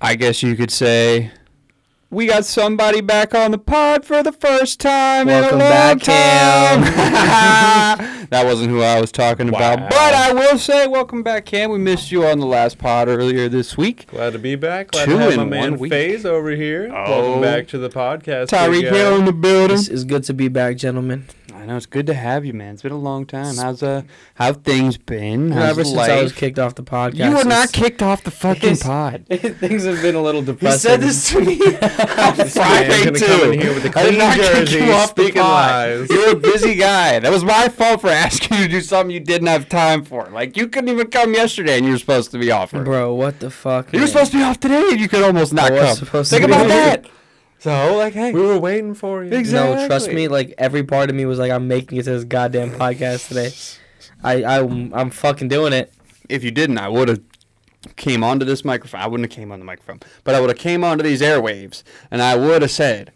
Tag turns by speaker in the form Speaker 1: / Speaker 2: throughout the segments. Speaker 1: I guess you could say we got somebody back on the pod for the first time
Speaker 2: Welcome
Speaker 1: in a long
Speaker 2: back,
Speaker 1: time.
Speaker 2: Cam.
Speaker 1: that wasn't who I was talking
Speaker 3: Wow.
Speaker 1: about, but I will say, welcome back, Cam. We missed you on the last pod earlier this week.
Speaker 3: Glad to be back. Glad
Speaker 1: Two
Speaker 3: to have my
Speaker 1: in one
Speaker 3: man
Speaker 1: week.
Speaker 3: FaZe over here.
Speaker 1: Oh.
Speaker 3: Welcome back to the podcast. big uh,
Speaker 1: Tyreek
Speaker 3: guy.
Speaker 1: Hill in the building.
Speaker 2: It's, it's good to be back, gentlemen.
Speaker 1: I know it's good to have you, man. It's been a long time. How's uh, how have things been? How's
Speaker 2: Ever since I was
Speaker 1: life?
Speaker 2: kicked off the podcast,
Speaker 1: you were not
Speaker 2: it's-
Speaker 1: kicked off the fucking
Speaker 2: It's-
Speaker 1: pod.
Speaker 2: things have been a little
Speaker 1: He
Speaker 2: depressing.
Speaker 1: said this to me on Friday
Speaker 3: gonna
Speaker 1: too.
Speaker 3: come in here with a
Speaker 1: I did
Speaker 3: clean
Speaker 1: not kick
Speaker 3: jersey,
Speaker 1: you off the
Speaker 3: speaking
Speaker 1: pod.
Speaker 3: lies.
Speaker 1: You're a busy guy. That was my fault for asking you to do something you didn't have time for. Like you couldn't even come yesterday, and you were supposed to be off. Or-
Speaker 2: bro. What the fuck?
Speaker 1: you were
Speaker 2: man?
Speaker 1: supposed to be off today, and you could almost not
Speaker 2: was
Speaker 1: come.
Speaker 2: supposed to
Speaker 1: Think
Speaker 2: be
Speaker 1: about
Speaker 2: off.
Speaker 1: that. So like, hey,
Speaker 3: We were waiting for you.
Speaker 1: Ex-
Speaker 2: No, trust
Speaker 1: Exactly.
Speaker 2: me. Like every part of me was like, I'm making it to this goddamn podcast today. I, I I'm fucking doing it.
Speaker 1: if you didn't, I would have came onto this microphone. I wouldn't have came on the microphone, but I would have came onto these airwaves, and I would have said,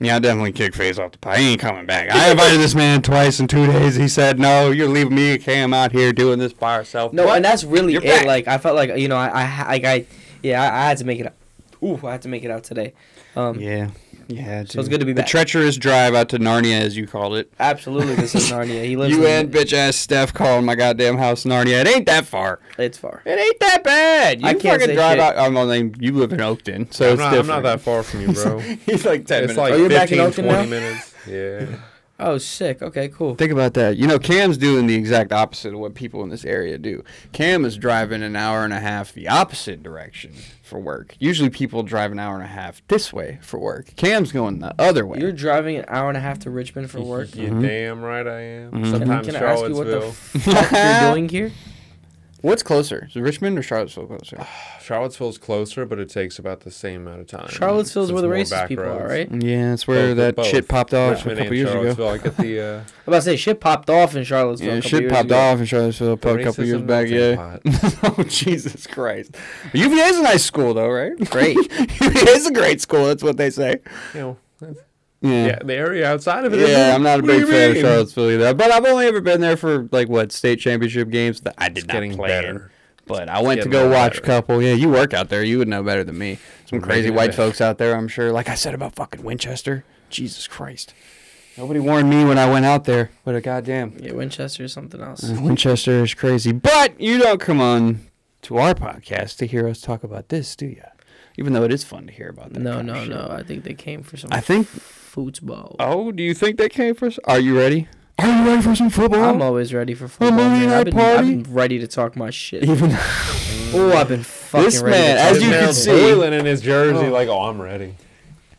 Speaker 1: "Yeah, I definitely kicked FaZe off the pot. He ain't coming back." I invited this man twice in two days. He said, "No, you're leaving me and Cam out here doing this by ourselves."
Speaker 2: No, and that's really
Speaker 1: You're
Speaker 2: it.
Speaker 1: back.
Speaker 2: Like I felt like you know I I ha- like I yeah I, I had to make it out. Ooh, I had to make it out today. Um,
Speaker 1: yeah, yeah. Dude.
Speaker 2: So it's good to be back.
Speaker 1: The treacherous drive out to Narnia, as you called it.
Speaker 2: absolutely. This is Narnia. He lives.
Speaker 1: You
Speaker 2: in,
Speaker 1: and bitch ass Steph calling my goddamn house Narnia. It ain't that far.
Speaker 2: It's far.
Speaker 1: It ain't that bad. You
Speaker 2: I can't
Speaker 1: fucking
Speaker 2: say
Speaker 1: drive out.
Speaker 2: shit.
Speaker 1: I'm on. You live in Oakton, so
Speaker 3: I'm
Speaker 1: it's
Speaker 3: not, I'm
Speaker 1: different.
Speaker 3: not that far from you, bro.
Speaker 1: He's like ten
Speaker 3: it's
Speaker 1: minutes.
Speaker 3: like
Speaker 2: Oh, you're back in
Speaker 3: 15,
Speaker 2: Oakland now?
Speaker 3: 20 minutes. Yeah.
Speaker 2: Oh, sick. Okay, cool.
Speaker 1: Think about that. You know, Cam's doing the exact opposite of what people in this area do. Cam is driving an hour and a half the opposite direction for work. Usually people drive an hour and a half this way for work. Cam's going the other way.
Speaker 2: You're driving an hour and a half to Richmond for work.
Speaker 3: You're
Speaker 1: Mhm.
Speaker 3: damn right I am.
Speaker 1: Mhm.
Speaker 2: Can,
Speaker 3: Sometimes
Speaker 2: can I ask you what the
Speaker 3: Charlottesville.
Speaker 2: fuck you're doing here?
Speaker 1: What's closer? Is Richmond or Charlottesville
Speaker 2: Ah,
Speaker 1: closer?
Speaker 3: Charlottesville's closer, but it takes about the same amount of time.
Speaker 2: Charlottesville's where
Speaker 3: It's
Speaker 2: the racist
Speaker 3: more back
Speaker 2: people are,
Speaker 3: roads.
Speaker 2: right? I'm
Speaker 1: Yeah, that's where
Speaker 3: Both-
Speaker 1: that
Speaker 3: both.
Speaker 1: shit popped off
Speaker 3: Richmond
Speaker 1: a couple
Speaker 3: and
Speaker 1: years ago.
Speaker 3: Charlottesville. I get the, uh,
Speaker 2: about to say shit popped off in Charlottesville. a
Speaker 1: Yeah,
Speaker 2: couple
Speaker 1: shit
Speaker 2: years
Speaker 1: popped
Speaker 2: ago.
Speaker 1: off in Charlottesville a
Speaker 3: the
Speaker 1: couple
Speaker 3: racism
Speaker 1: years back.
Speaker 3: melting
Speaker 1: Yeah.
Speaker 3: pot.
Speaker 1: oh Jesus Christ! UVA is a nice school though, right? Great. UVA is a great school. That's what they say.
Speaker 3: You know, that's- yeah, the area outside of it. isn't
Speaker 1: Yeah,
Speaker 3: it?
Speaker 1: I'm not a
Speaker 3: What do
Speaker 1: big
Speaker 3: you
Speaker 1: fan of
Speaker 3: mean?
Speaker 1: Charlottesville either. But I've only ever been there for like what state championship games that I did
Speaker 3: It's
Speaker 1: not
Speaker 3: getting
Speaker 1: play in.
Speaker 3: better.
Speaker 1: But I went to
Speaker 3: getting
Speaker 1: go
Speaker 3: better.
Speaker 1: watch a couple. Yeah, you work out there. You would know better than me. Some
Speaker 3: We're
Speaker 1: crazy
Speaker 3: making it
Speaker 1: white
Speaker 3: back.
Speaker 1: folks out there, I'm sure. Like I said about fucking Winchester. Jesus Christ. Nobody warned me when I went out there. What a goddamn.
Speaker 2: Yeah, Winchester or something else.
Speaker 1: Uh, Winchester is crazy. But you don't come on to our podcast to hear us talk about this, do you? Even though it is fun to hear about that.
Speaker 2: No,
Speaker 1: kind of
Speaker 2: no,
Speaker 1: shit.
Speaker 2: no. I think they came for some
Speaker 1: I think
Speaker 2: football.
Speaker 1: Oh, do you think they came for? s- Are you ready? Are you ready for some football?
Speaker 2: I'm always ready for football.
Speaker 1: Monday
Speaker 2: man.
Speaker 1: night
Speaker 2: I've been, I've
Speaker 1: party?
Speaker 2: been ready to talk my shit.
Speaker 1: Even
Speaker 2: Oh, I've been fucking
Speaker 1: This
Speaker 2: ready.
Speaker 1: man,
Speaker 2: to
Speaker 1: as
Speaker 2: talk
Speaker 1: you
Speaker 2: my
Speaker 1: can
Speaker 2: shit.
Speaker 1: see-
Speaker 3: Boylan in his jersey,
Speaker 1: Oh.
Speaker 3: like, oh, I'm ready.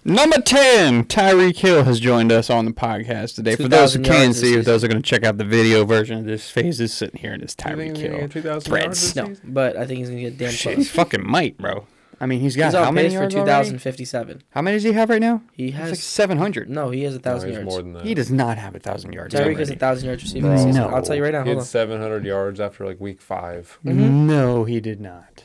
Speaker 1: number ten, Tyreek Hill has joined us on the podcast today. For those who
Speaker 2: 2,000
Speaker 1: can
Speaker 2: yards this
Speaker 1: see, if
Speaker 2: season.
Speaker 1: those are going to check out the video version of this, phase is sitting here and it's
Speaker 3: Do you think
Speaker 1: Tyreek
Speaker 3: he's gonna
Speaker 1: Hill.
Speaker 3: get 2,000
Speaker 1: Threads.
Speaker 3: uh, yards this
Speaker 2: No,
Speaker 3: season?
Speaker 2: but I think he's gonna get damn
Speaker 1: Shit,
Speaker 2: close.
Speaker 1: he's fucking might, bro. I mean, he's got
Speaker 2: He's
Speaker 1: how
Speaker 2: on
Speaker 1: many
Speaker 2: pace for
Speaker 1: yards already?
Speaker 2: 2,057.
Speaker 1: How many does he have right now?
Speaker 2: He
Speaker 1: It's like
Speaker 2: has
Speaker 1: seven hundred.
Speaker 2: no, he has a
Speaker 3: No,
Speaker 2: thousand
Speaker 3: he's
Speaker 2: yards.
Speaker 3: more than that.
Speaker 1: He does not have a thousand yards.
Speaker 2: Tyreek
Speaker 1: already.
Speaker 2: has a thousand yards receiving this
Speaker 1: Bro.
Speaker 2: season.
Speaker 1: No.
Speaker 2: I'll tell you right now.
Speaker 3: He
Speaker 2: Hold
Speaker 3: had
Speaker 2: on.
Speaker 3: 700 yards after like week five.
Speaker 1: Mm, No, he did not.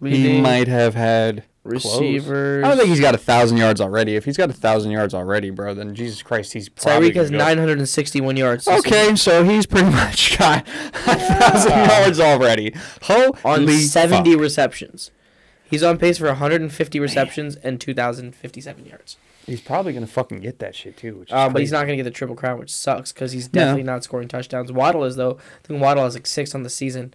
Speaker 1: He
Speaker 2: Leading
Speaker 1: might have had.
Speaker 2: receivers.
Speaker 1: I don't think he's got a thousand yards already. If he's got a thousand yards already, bro, then Jesus Christ, he's probably.
Speaker 2: Tyreek has
Speaker 1: gonna go
Speaker 2: 961 yards. this season
Speaker 1: Okay, so he's pretty much got a thousand yards already. Holy
Speaker 2: on
Speaker 1: fuck.
Speaker 2: 70 receptions. He's on pace for 150 receptions and 2,057 yards.
Speaker 1: He's probably gonna fucking get that shit too. Which is
Speaker 2: Um, but he's
Speaker 1: crazy.
Speaker 2: not going to get the triple crown, which sucks because he's
Speaker 1: No.
Speaker 2: definitely not scoring touchdowns. Waddle is though. I think Waddle has like six on the season.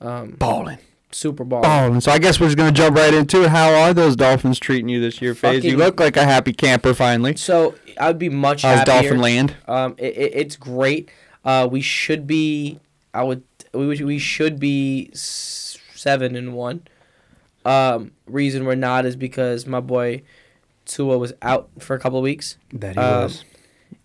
Speaker 2: Um,
Speaker 1: balling,
Speaker 2: Super Bowl.
Speaker 1: balling. So I guess we're just gonna jump right into it. How are those Dolphins treating you this year, Faze? You
Speaker 2: Fucking-
Speaker 1: look like a happy camper finally.
Speaker 2: So I'd be much
Speaker 1: How's
Speaker 2: happier.
Speaker 1: Dolphin Land?
Speaker 2: Um, it, it, it's great. Uh, we should be. I would. We would, we should be s- seven and one. Um, reason we're not is because my boy Tua was out for a couple of weeks.
Speaker 1: That
Speaker 2: he Um, was.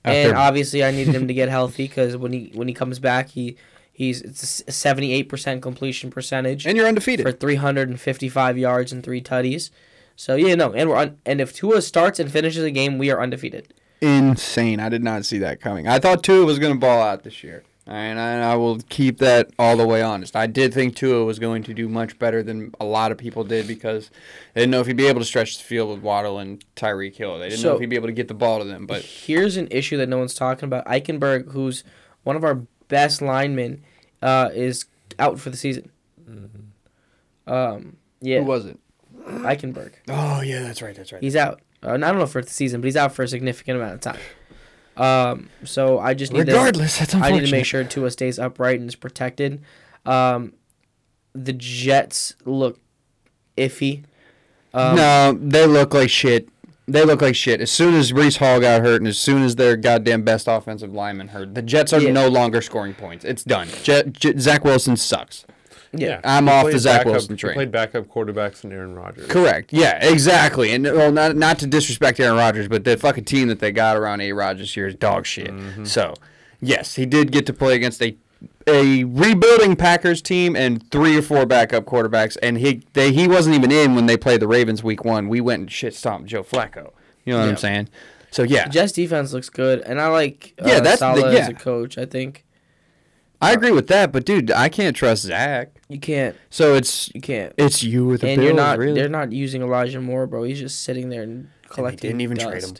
Speaker 2: and
Speaker 1: After-
Speaker 2: obviously I needed him to get healthy because when he when he comes back, he he's it's seventy eight percent completion percentage
Speaker 1: and you're undefeated.
Speaker 2: for three hundred and fifty five yards and three tutties. So yeah, no, and we're un- and if Tua starts and finishes a game, we are undefeated.
Speaker 1: Insane. I did not see that coming. I thought Tua was gonna ball out this year. And I, I will keep that all the way honest. I did think Tua was going to do much better than a lot of people did because they didn't know if he'd be able to stretch the field with Waddle and Tyreek Hill. They didn't know
Speaker 2: So-
Speaker 1: if he'd be able to get the ball to them. But
Speaker 2: here's an issue that no one's talking about. Eichenberg, who's one of our best linemen, uh, is out for the season.
Speaker 1: Mm-hmm.
Speaker 2: Um, yeah,
Speaker 1: who was it?
Speaker 2: Eichenberg.
Speaker 1: Oh yeah, that's right. That's right.
Speaker 2: He's out. Uh, and I don't know for the season, but he's out for a significant amount of time. Um, so I just need
Speaker 1: Regardless, that's
Speaker 2: to, I
Speaker 1: unfortunate.
Speaker 2: need to make sure Tua stays upright and is protected. Um, the Jets look iffy. Um,
Speaker 1: no, they look like shit. They look like shit. As soon as Brees Hall got hurt, and as soon as their goddamn best offensive lineman hurt, the Jets are
Speaker 2: Yeah.
Speaker 1: no longer scoring points. It's done. Je- Je- Zach Wilson sucks.
Speaker 2: Yeah.
Speaker 1: I'm
Speaker 3: He
Speaker 1: off the
Speaker 3: played
Speaker 1: Zach
Speaker 3: backup-
Speaker 1: Wilson
Speaker 3: he
Speaker 1: train.
Speaker 3: Played backup quarterbacks and Aaron Rodgers.
Speaker 1: Correct. Yeah, exactly. And well, not not to disrespect Aaron Rodgers, but the fucking team that they got around A. Rod this year is dog shit.
Speaker 2: Mm-hmm.
Speaker 1: So, yes, he did get to play against a a rebuilding Packers team and three or four backup quarterbacks, and he they, he wasn't even in when they played the Ravens week one. We went and shit stomped Joe Flacco. You know what
Speaker 2: Yeah.
Speaker 1: I'm saying? So yeah,
Speaker 2: Jets defense looks good, and I like uh,
Speaker 1: Yeah, that's the-
Speaker 2: Sala as
Speaker 1: yeah.
Speaker 2: a coach. I think
Speaker 1: I agree with that. But dude, I can't trust Zach.
Speaker 2: you can't,
Speaker 1: So it's
Speaker 2: you can't,
Speaker 1: it's you with the
Speaker 2: and
Speaker 1: Bills.
Speaker 2: you're not.
Speaker 1: really.
Speaker 2: They're not using Elijah Moore, bro. He's just sitting there and collecting.
Speaker 1: didn't even
Speaker 2: dust.
Speaker 1: trade him.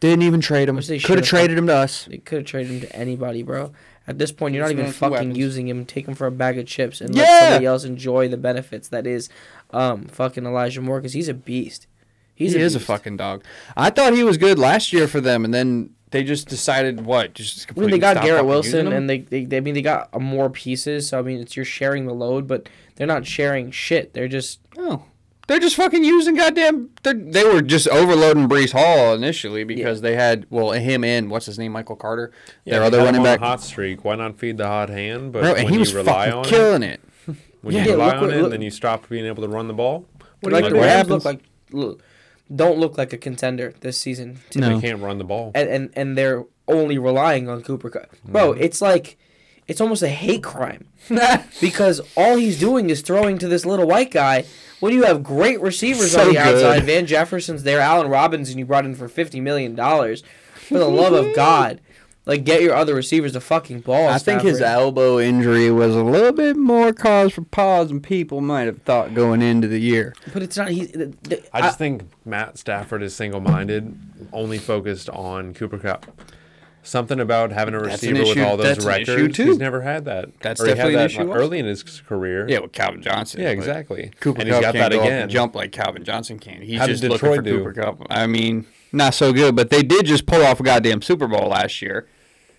Speaker 1: Didn't even trade him.
Speaker 2: Which they
Speaker 1: Could
Speaker 2: should've.
Speaker 1: have traded him to us.
Speaker 2: They could have traded him to anybody, bro. At this point, you're not
Speaker 1: Just
Speaker 2: even
Speaker 1: want a few
Speaker 2: fucking
Speaker 1: weapons.
Speaker 2: using him. Take him for a bag of chips and
Speaker 1: Yeah!
Speaker 2: let somebody else enjoy the benefits. That is, um, fucking Elijah Moore because he's a beast. He's
Speaker 1: he
Speaker 2: a
Speaker 1: is a
Speaker 2: beast.
Speaker 1: fucking dog. I thought he was good last year for them, and then they just decided what? Just
Speaker 2: I mean,
Speaker 1: completely
Speaker 2: they got
Speaker 1: stop
Speaker 2: Garrett
Speaker 1: fucking using
Speaker 2: Wilson,
Speaker 1: him?
Speaker 2: and they, they, they, I mean, they got uh, more pieces. So I mean, it's you're sharing the load, but they're not sharing shit. They're just
Speaker 1: oh, they're just fucking using goddamn. they're- They were just overloading Brees Hall initially because they had well him and what's his name Michael Carter,
Speaker 3: Yeah,
Speaker 1: their
Speaker 3: they
Speaker 1: other
Speaker 3: had him
Speaker 1: running
Speaker 3: on a
Speaker 1: back.
Speaker 3: hot streak. Why not feed the hot hand? But
Speaker 1: Bro,
Speaker 3: when
Speaker 1: and he
Speaker 3: you
Speaker 1: was
Speaker 3: rely
Speaker 1: fucking
Speaker 3: on it,
Speaker 1: killing it.
Speaker 3: when
Speaker 2: Yeah,
Speaker 3: you rely
Speaker 2: look
Speaker 3: on
Speaker 2: what-
Speaker 3: it, and
Speaker 2: look-
Speaker 3: then you stop being able to run the ball. What do
Speaker 2: like
Speaker 3: you
Speaker 2: the
Speaker 3: gonna do?
Speaker 2: Rams
Speaker 1: happens?
Speaker 2: look like look, don't look like a contender this season. To
Speaker 1: No.
Speaker 2: me.
Speaker 3: They can't run the ball.
Speaker 2: and, and and they're only relying on Cooper Cup. Bro,
Speaker 1: Mm-hmm.
Speaker 2: it's like it's almost a hate crime because all he's doing is throwing to this little white guy. When you have great receivers
Speaker 1: So
Speaker 2: on the
Speaker 1: good.
Speaker 2: outside, Van Jefferson's there, Allen Robinson you brought in for fifty million dollars. For the love of God, like get your other receivers the fucking ball.
Speaker 1: I think his
Speaker 2: Stafford.
Speaker 1: elbow injury was a little bit more cause for pause than people might have thought going into the year.
Speaker 2: but it's not. He's. The, the,
Speaker 3: I just think Matt Stafford is single-minded, only focused on Cooper Cup. Something about having a
Speaker 1: That's an
Speaker 3: receiver with
Speaker 1: issue-
Speaker 3: all those
Speaker 1: that's an
Speaker 3: records.
Speaker 1: issue, too.
Speaker 3: He's never had that.
Speaker 1: That's
Speaker 3: he had
Speaker 1: definitely an
Speaker 3: that
Speaker 1: issue
Speaker 3: early in his career.
Speaker 1: Yeah, with Calvin Johnson.
Speaker 3: Yeah,
Speaker 1: but
Speaker 3: exactly.
Speaker 1: Cooper
Speaker 3: and
Speaker 1: Cup
Speaker 3: he's got
Speaker 1: can't
Speaker 3: that
Speaker 1: go up
Speaker 3: again.
Speaker 1: and jump like Calvin Johnson can. He's
Speaker 3: How did
Speaker 1: just looking for
Speaker 3: Detroit do?
Speaker 1: Cooper Cup. I mean, not so good, but they did just pull off a goddamn Super Bowl last year.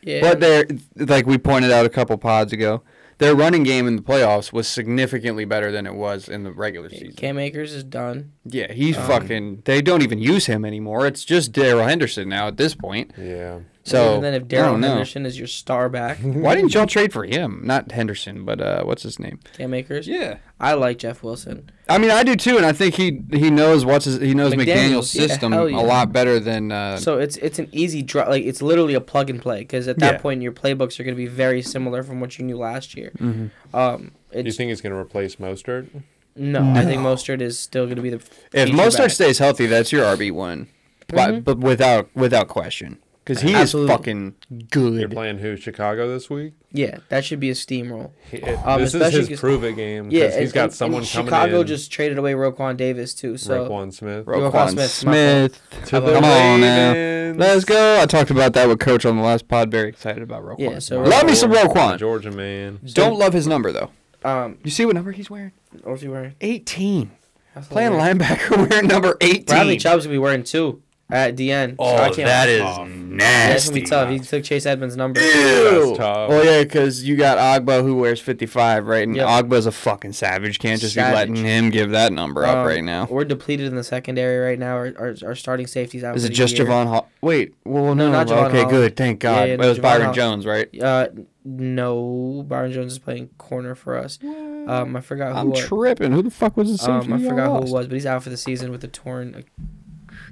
Speaker 2: yeah.
Speaker 1: But they're like we pointed out a couple pods ago, their running game in the playoffs was significantly better than it was in the regular season.
Speaker 2: Cam Akers is done.
Speaker 1: Yeah, he's
Speaker 2: Um,
Speaker 1: fucking. They don't even use him anymore. It's just Daryl Henderson now at this point.
Speaker 3: Yeah.
Speaker 1: So
Speaker 2: and then if
Speaker 1: I don't
Speaker 2: Daryl
Speaker 1: know.
Speaker 2: Henderson is your star back,
Speaker 1: why didn't y'all trade for him? Not Henderson, but uh, what's his name?
Speaker 2: Cam Akers.
Speaker 1: Yeah.
Speaker 2: I like Jeff Wilson.
Speaker 1: I mean, I do too, and I think he he knows what's his, he knows McDaniel's,
Speaker 2: McDaniels, yeah,
Speaker 1: system
Speaker 2: hell yeah.
Speaker 1: a lot better than uh,
Speaker 2: So it's it's an easy drop. Like it's literally a plug and play because at that
Speaker 1: Yeah.
Speaker 2: point your playbooks are going to be very similar from what you knew last year.
Speaker 1: Mm-hmm.
Speaker 2: Um,
Speaker 3: Do you
Speaker 2: it's,
Speaker 3: think he's going to replace Mostert?
Speaker 2: no, I think Mostert is still going to be the.
Speaker 1: If
Speaker 2: feature
Speaker 1: Mostert
Speaker 2: back.
Speaker 1: stays healthy, that's your RB one, but, but without without question, because he
Speaker 2: Mm-hmm. Absolutely.
Speaker 1: is fucking
Speaker 3: You're
Speaker 1: good.
Speaker 3: playing who? Chicago this week?
Speaker 2: yeah, that should be a steamroll.
Speaker 3: He- it-
Speaker 2: Um,
Speaker 3: this
Speaker 2: especially
Speaker 3: is
Speaker 2: 'cause-
Speaker 3: his prove it game.
Speaker 2: Yeah,
Speaker 3: Yeah,
Speaker 2: and-
Speaker 3: he's got
Speaker 2: and- and
Speaker 3: someone coming
Speaker 2: Chicago
Speaker 3: in.
Speaker 2: just traded away Roquan Davis too, so
Speaker 3: Roquan Smith.
Speaker 2: Roquan Smith,
Speaker 3: To
Speaker 1: uh, come
Speaker 3: the
Speaker 1: on now,
Speaker 3: Ravens.
Speaker 1: let's go. I talked about that with Coach on the last pod. Very excited about Roquan.
Speaker 2: Yeah, so-
Speaker 1: love me some Roquan.
Speaker 3: Georgia man.
Speaker 1: Don't love his number though.
Speaker 2: um,
Speaker 1: You see what number he's wearing?
Speaker 2: what's he wearing?
Speaker 1: Eighteen.
Speaker 2: That's all
Speaker 1: Playing
Speaker 2: weird.
Speaker 1: linebacker wearing number eighteen.
Speaker 2: Bradley Chubb's gonna be wearing two at the end. so I
Speaker 1: Oh,
Speaker 2: can't-
Speaker 1: that is
Speaker 2: yeah, it's gonna
Speaker 1: nasty.
Speaker 2: be tough. He took Chase Edmonds' number.
Speaker 1: Ew.
Speaker 3: That's tough.
Speaker 1: Well, yeah, because you got Ogba who wears 55, right? And
Speaker 2: Yep.
Speaker 1: Ogba's a fucking savage. Can't just
Speaker 2: Savage.
Speaker 1: be letting him give that number up
Speaker 2: Um,
Speaker 1: right now.
Speaker 2: We're depleted in the secondary right now. Our, our, our starting safeties out.
Speaker 1: Is
Speaker 2: for
Speaker 1: it
Speaker 2: the
Speaker 1: just
Speaker 2: year.
Speaker 1: Javon Hall? Wait, well,
Speaker 2: No,
Speaker 1: no,
Speaker 2: not
Speaker 1: no,
Speaker 2: Javon
Speaker 1: okay,
Speaker 2: Hall.
Speaker 1: good. Thank
Speaker 2: Yeah,
Speaker 1: God.
Speaker 2: yeah, no,
Speaker 1: it was
Speaker 2: Javon
Speaker 1: Byron
Speaker 2: Hall.
Speaker 1: Jones, right?
Speaker 2: Uh, no, Byron Jones is playing corner for us. Um, I forgot
Speaker 1: I'm
Speaker 2: who. I,
Speaker 1: tripping. Who the fuck was the safety?
Speaker 2: um, I
Speaker 1: y'all
Speaker 2: forgot who it
Speaker 1: lost?
Speaker 2: was, but he's out for the season with a torn.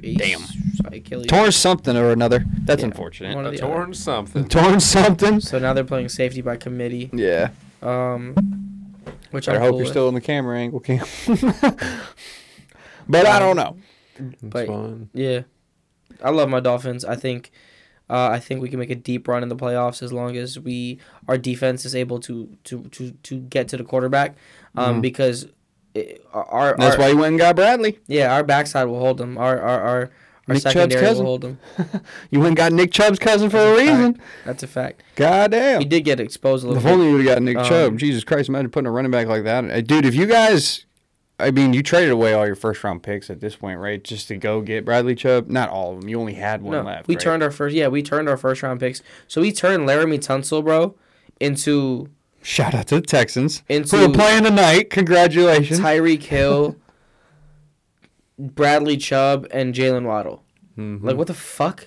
Speaker 2: Ac-
Speaker 1: Damn.
Speaker 2: Achilles.
Speaker 1: Torn something or another. That's
Speaker 2: Yeah, one
Speaker 1: unfortunate.
Speaker 2: or
Speaker 3: A
Speaker 2: the other.
Speaker 3: torn something.
Speaker 1: Torn something.
Speaker 2: So now they're playing safety by committee.
Speaker 1: Yeah.
Speaker 2: Um, which
Speaker 1: I
Speaker 2: I'm
Speaker 1: hope
Speaker 2: cool
Speaker 1: you're
Speaker 2: with,
Speaker 1: still in the camera angle cam. but I don't know.
Speaker 3: It's
Speaker 2: but-
Speaker 3: fun.
Speaker 2: Yeah, I love my Dolphins. I think Uh, I think we can make a deep run in the playoffs as long as we our defense is able to to to, to get to the quarterback, um, because it, our,
Speaker 1: Mm-hmm. That's
Speaker 2: our
Speaker 1: why he went and got Bradley.
Speaker 2: yeah our backside will hold them. Our our our, our
Speaker 1: Nick Chubb's
Speaker 2: secondary will
Speaker 1: cousin.
Speaker 2: hold them.
Speaker 1: You went and got Nick Chubb's cousin for a reason.
Speaker 2: That's a fact.
Speaker 1: Goddamn.
Speaker 2: He did get exposed a little
Speaker 1: If
Speaker 2: bit.
Speaker 1: only you would have got Nick
Speaker 2: Um,
Speaker 1: Chubb. Jesus Christ, imagine putting a running back like that. Uh, Dude, if you guys, I mean, you traded away all your first round picks at this point, right? Just to go get Bradley Chubb. Not all of them. You only had one
Speaker 2: No,
Speaker 1: left.
Speaker 2: we
Speaker 1: right?
Speaker 2: turned our first. Yeah, we turned our first round picks. So we turned Laramie Tunsil, bro, into
Speaker 1: Shout out to the Texans
Speaker 2: Into-
Speaker 1: who are playing tonight. Congratulations.
Speaker 2: Tyreek Hill, Bradley Chubb, and Jalen Waddle. Like what the fuck?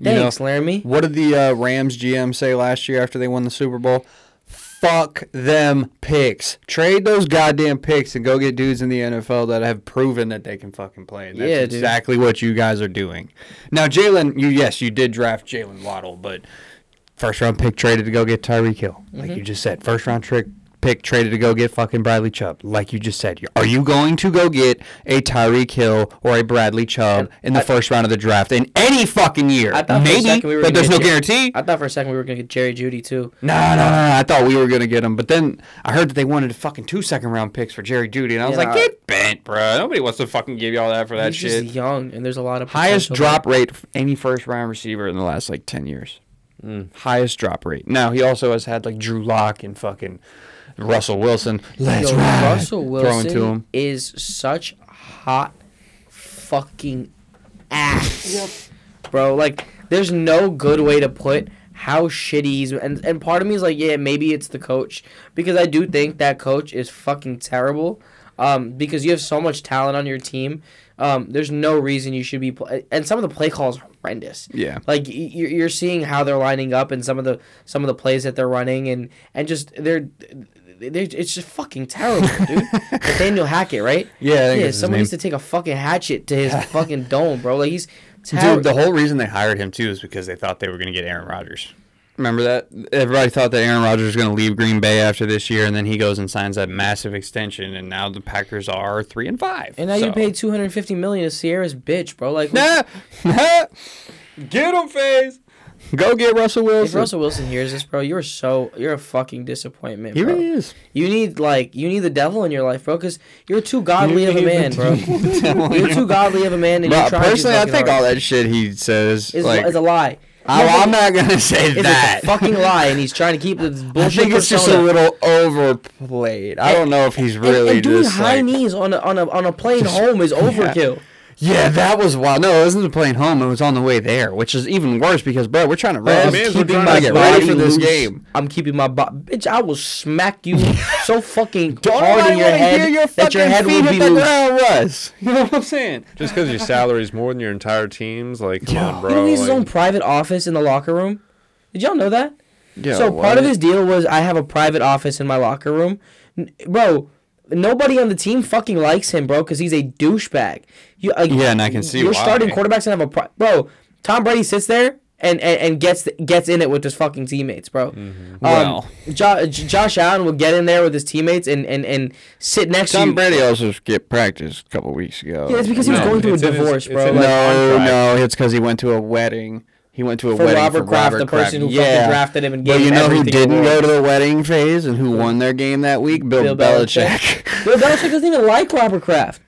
Speaker 1: Mm-hmm. You know-
Speaker 2: Thanks, Laramie.
Speaker 1: What did the uh, Rams GM say last year after they won the Super Bowl? Fuck them picks. Trade those goddamn picks and go get dudes in the NFL that have proven that they can fucking play. And that's
Speaker 2: Yeah, dude.
Speaker 1: exactly what you guys are doing. Now, Jalen, you yes, you did draft Jalen Waddle, but first round pick traded to go get Tyreek Hill, like
Speaker 2: Mm-hmm.
Speaker 1: you just said. First round trick pick traded to go get fucking Bradley Chubb, like you just said. Are you going to go get a Tyreek Hill or a Bradley Chubb in the first round of the draft in any fucking year?
Speaker 2: I thought for a
Speaker 1: Maybe,
Speaker 2: second we were
Speaker 1: but there's
Speaker 2: gonna
Speaker 1: no
Speaker 2: get Ja-
Speaker 1: guarantee.
Speaker 2: I thought for a second we were gonna get Jerry Judy too.
Speaker 1: No, no, no, no. I thought we were gonna get him, but then I heard that they wanted fucking two second round picks for Jerry Judy, and I was
Speaker 2: Yeah.
Speaker 1: like, get bent, bro. Nobody wants to fucking give you all that for that
Speaker 2: He's
Speaker 1: shit.
Speaker 2: just young, and there's a lot of
Speaker 1: Highest
Speaker 2: potential there.
Speaker 1: drop rate for any first round receiver in the last like ten years. Hmm. Highest drop rate. Now he also has had like Drew Lock and fucking Russell Wilson. Let's
Speaker 2: Yo,
Speaker 1: ride.
Speaker 2: Russell Wilson
Speaker 1: throwing to him.
Speaker 2: is such hot fucking ass, bro. Like, there's no good way to put how shitty he's. And and part of me is like, yeah, maybe it's the coach because I do think that coach is fucking terrible. Um, because you have so much talent on your team, um, there's no reason you should be. Pl- and some of the play calls are horrendous.
Speaker 1: Yeah.
Speaker 2: Like y- you're you're seeing how they're lining up and some of the some of the plays that they're running and and just they're, they're it's just fucking terrible, dude. Nathaniel Hackett, right?
Speaker 1: Yeah, I think that's
Speaker 2: yeah.
Speaker 1: his
Speaker 2: Someone
Speaker 1: name.
Speaker 2: needs to take a fucking hatchet to his fucking dome, bro. Like he's
Speaker 1: Dude,
Speaker 2: terrible.
Speaker 1: the whole reason they hired him too is because they thought they were going to get Aaron Rodgers. Remember that? Everybody thought that Aaron Rodgers was going to leave Green Bay after this year, and then he goes and signs that massive extension, and now the Packers are three and five.
Speaker 2: and now you
Speaker 1: So-
Speaker 2: paid two hundred fifty million to Sierra's bitch, bro. Like
Speaker 1: Nah, nah. get him, Faze. Go get Russell
Speaker 2: if
Speaker 1: Wilson.
Speaker 2: Russell Wilson hears this, bro, you're so you're a fucking disappointment,
Speaker 1: he
Speaker 2: bro.
Speaker 1: really is.
Speaker 2: You need like you need the devil in your life, bro, because you're too godly of a man, bro. You're too godly of a man, and
Speaker 1: But
Speaker 2: you're trying
Speaker 1: personally,
Speaker 2: too
Speaker 1: I
Speaker 2: fucking
Speaker 1: think
Speaker 2: hard.
Speaker 1: all that shit he says,
Speaker 2: is,
Speaker 1: like,
Speaker 2: is a lie.
Speaker 1: I,
Speaker 2: No, but-
Speaker 1: am Oh, not going to say
Speaker 2: It's
Speaker 1: that.
Speaker 2: a fucking lie, and he's trying to keep this
Speaker 1: I
Speaker 2: bullshit.
Speaker 1: think it's just a
Speaker 2: persona.
Speaker 1: little overplayed. I don't know if he's
Speaker 2: And-
Speaker 1: really
Speaker 2: and, doing
Speaker 1: just
Speaker 2: high
Speaker 1: like-
Speaker 2: knees on a on a on a plane home is overkill.
Speaker 1: Yeah, that was wild. No, it wasn't the plane home. It was on the way there, which is even worse because, bro, we're trying to rest.
Speaker 3: man,
Speaker 1: keeping
Speaker 3: we're trying
Speaker 1: my
Speaker 3: to
Speaker 1: get
Speaker 3: body
Speaker 1: ready for this
Speaker 2: loose.
Speaker 1: game.
Speaker 2: I'm keeping my bo- bitch. I will smack you so fucking
Speaker 1: Don't
Speaker 2: hard
Speaker 1: nobody
Speaker 2: in your
Speaker 1: wanna
Speaker 2: head
Speaker 1: hear your
Speaker 2: that
Speaker 1: fucking
Speaker 2: your head
Speaker 1: feet
Speaker 2: will
Speaker 1: hit
Speaker 2: be
Speaker 1: the
Speaker 2: loose.
Speaker 1: ground was. You know what I'm saying?
Speaker 3: Just because your salary is more than your entire team's, like, come on,
Speaker 2: You
Speaker 3: bro.
Speaker 2: know he has his
Speaker 3: like-
Speaker 2: own private office in the locker room. Did y'all know that?
Speaker 1: Yeah,
Speaker 2: so part
Speaker 1: what?
Speaker 2: of his deal was I have a private office in my locker room, N- bro. Nobody on the team fucking likes him, bro, because he's a douchebag. You, like,
Speaker 1: Yeah, and I can see
Speaker 2: you're starting
Speaker 1: why.
Speaker 2: quarterbacks and have a pri- bro. Tom Brady sits there and, and, and gets gets in it with his fucking teammates, bro.
Speaker 1: Mm-hmm.
Speaker 2: Um,
Speaker 1: Well.
Speaker 2: Jo- J- Josh Allen will get in there with his teammates and, and, and sit next to
Speaker 1: Tom
Speaker 2: you.
Speaker 1: Brady also skipped practice a couple weeks ago.
Speaker 2: Yeah, it's because he was
Speaker 3: No,
Speaker 2: going through a
Speaker 3: it's in his-
Speaker 2: divorce,
Speaker 3: it's
Speaker 2: bro.
Speaker 3: in
Speaker 2: like,
Speaker 3: his
Speaker 1: no,
Speaker 3: contract.
Speaker 1: no, it's because he went to a wedding. He went to a
Speaker 2: For
Speaker 1: wedding
Speaker 2: Robert
Speaker 1: for
Speaker 2: Kraft,
Speaker 1: Robert
Speaker 2: the person
Speaker 1: Kraft.
Speaker 2: who
Speaker 1: yeah.
Speaker 2: fucking drafted him and
Speaker 1: But
Speaker 2: gave
Speaker 1: you
Speaker 2: him
Speaker 1: know who
Speaker 2: everything in the
Speaker 1: didn't go
Speaker 2: world.
Speaker 1: to the wedding phase and who won their game that week? Bill,
Speaker 2: Bill Belichick.
Speaker 1: Belichick.
Speaker 2: Bill Belichick doesn't even like Robert Kraft.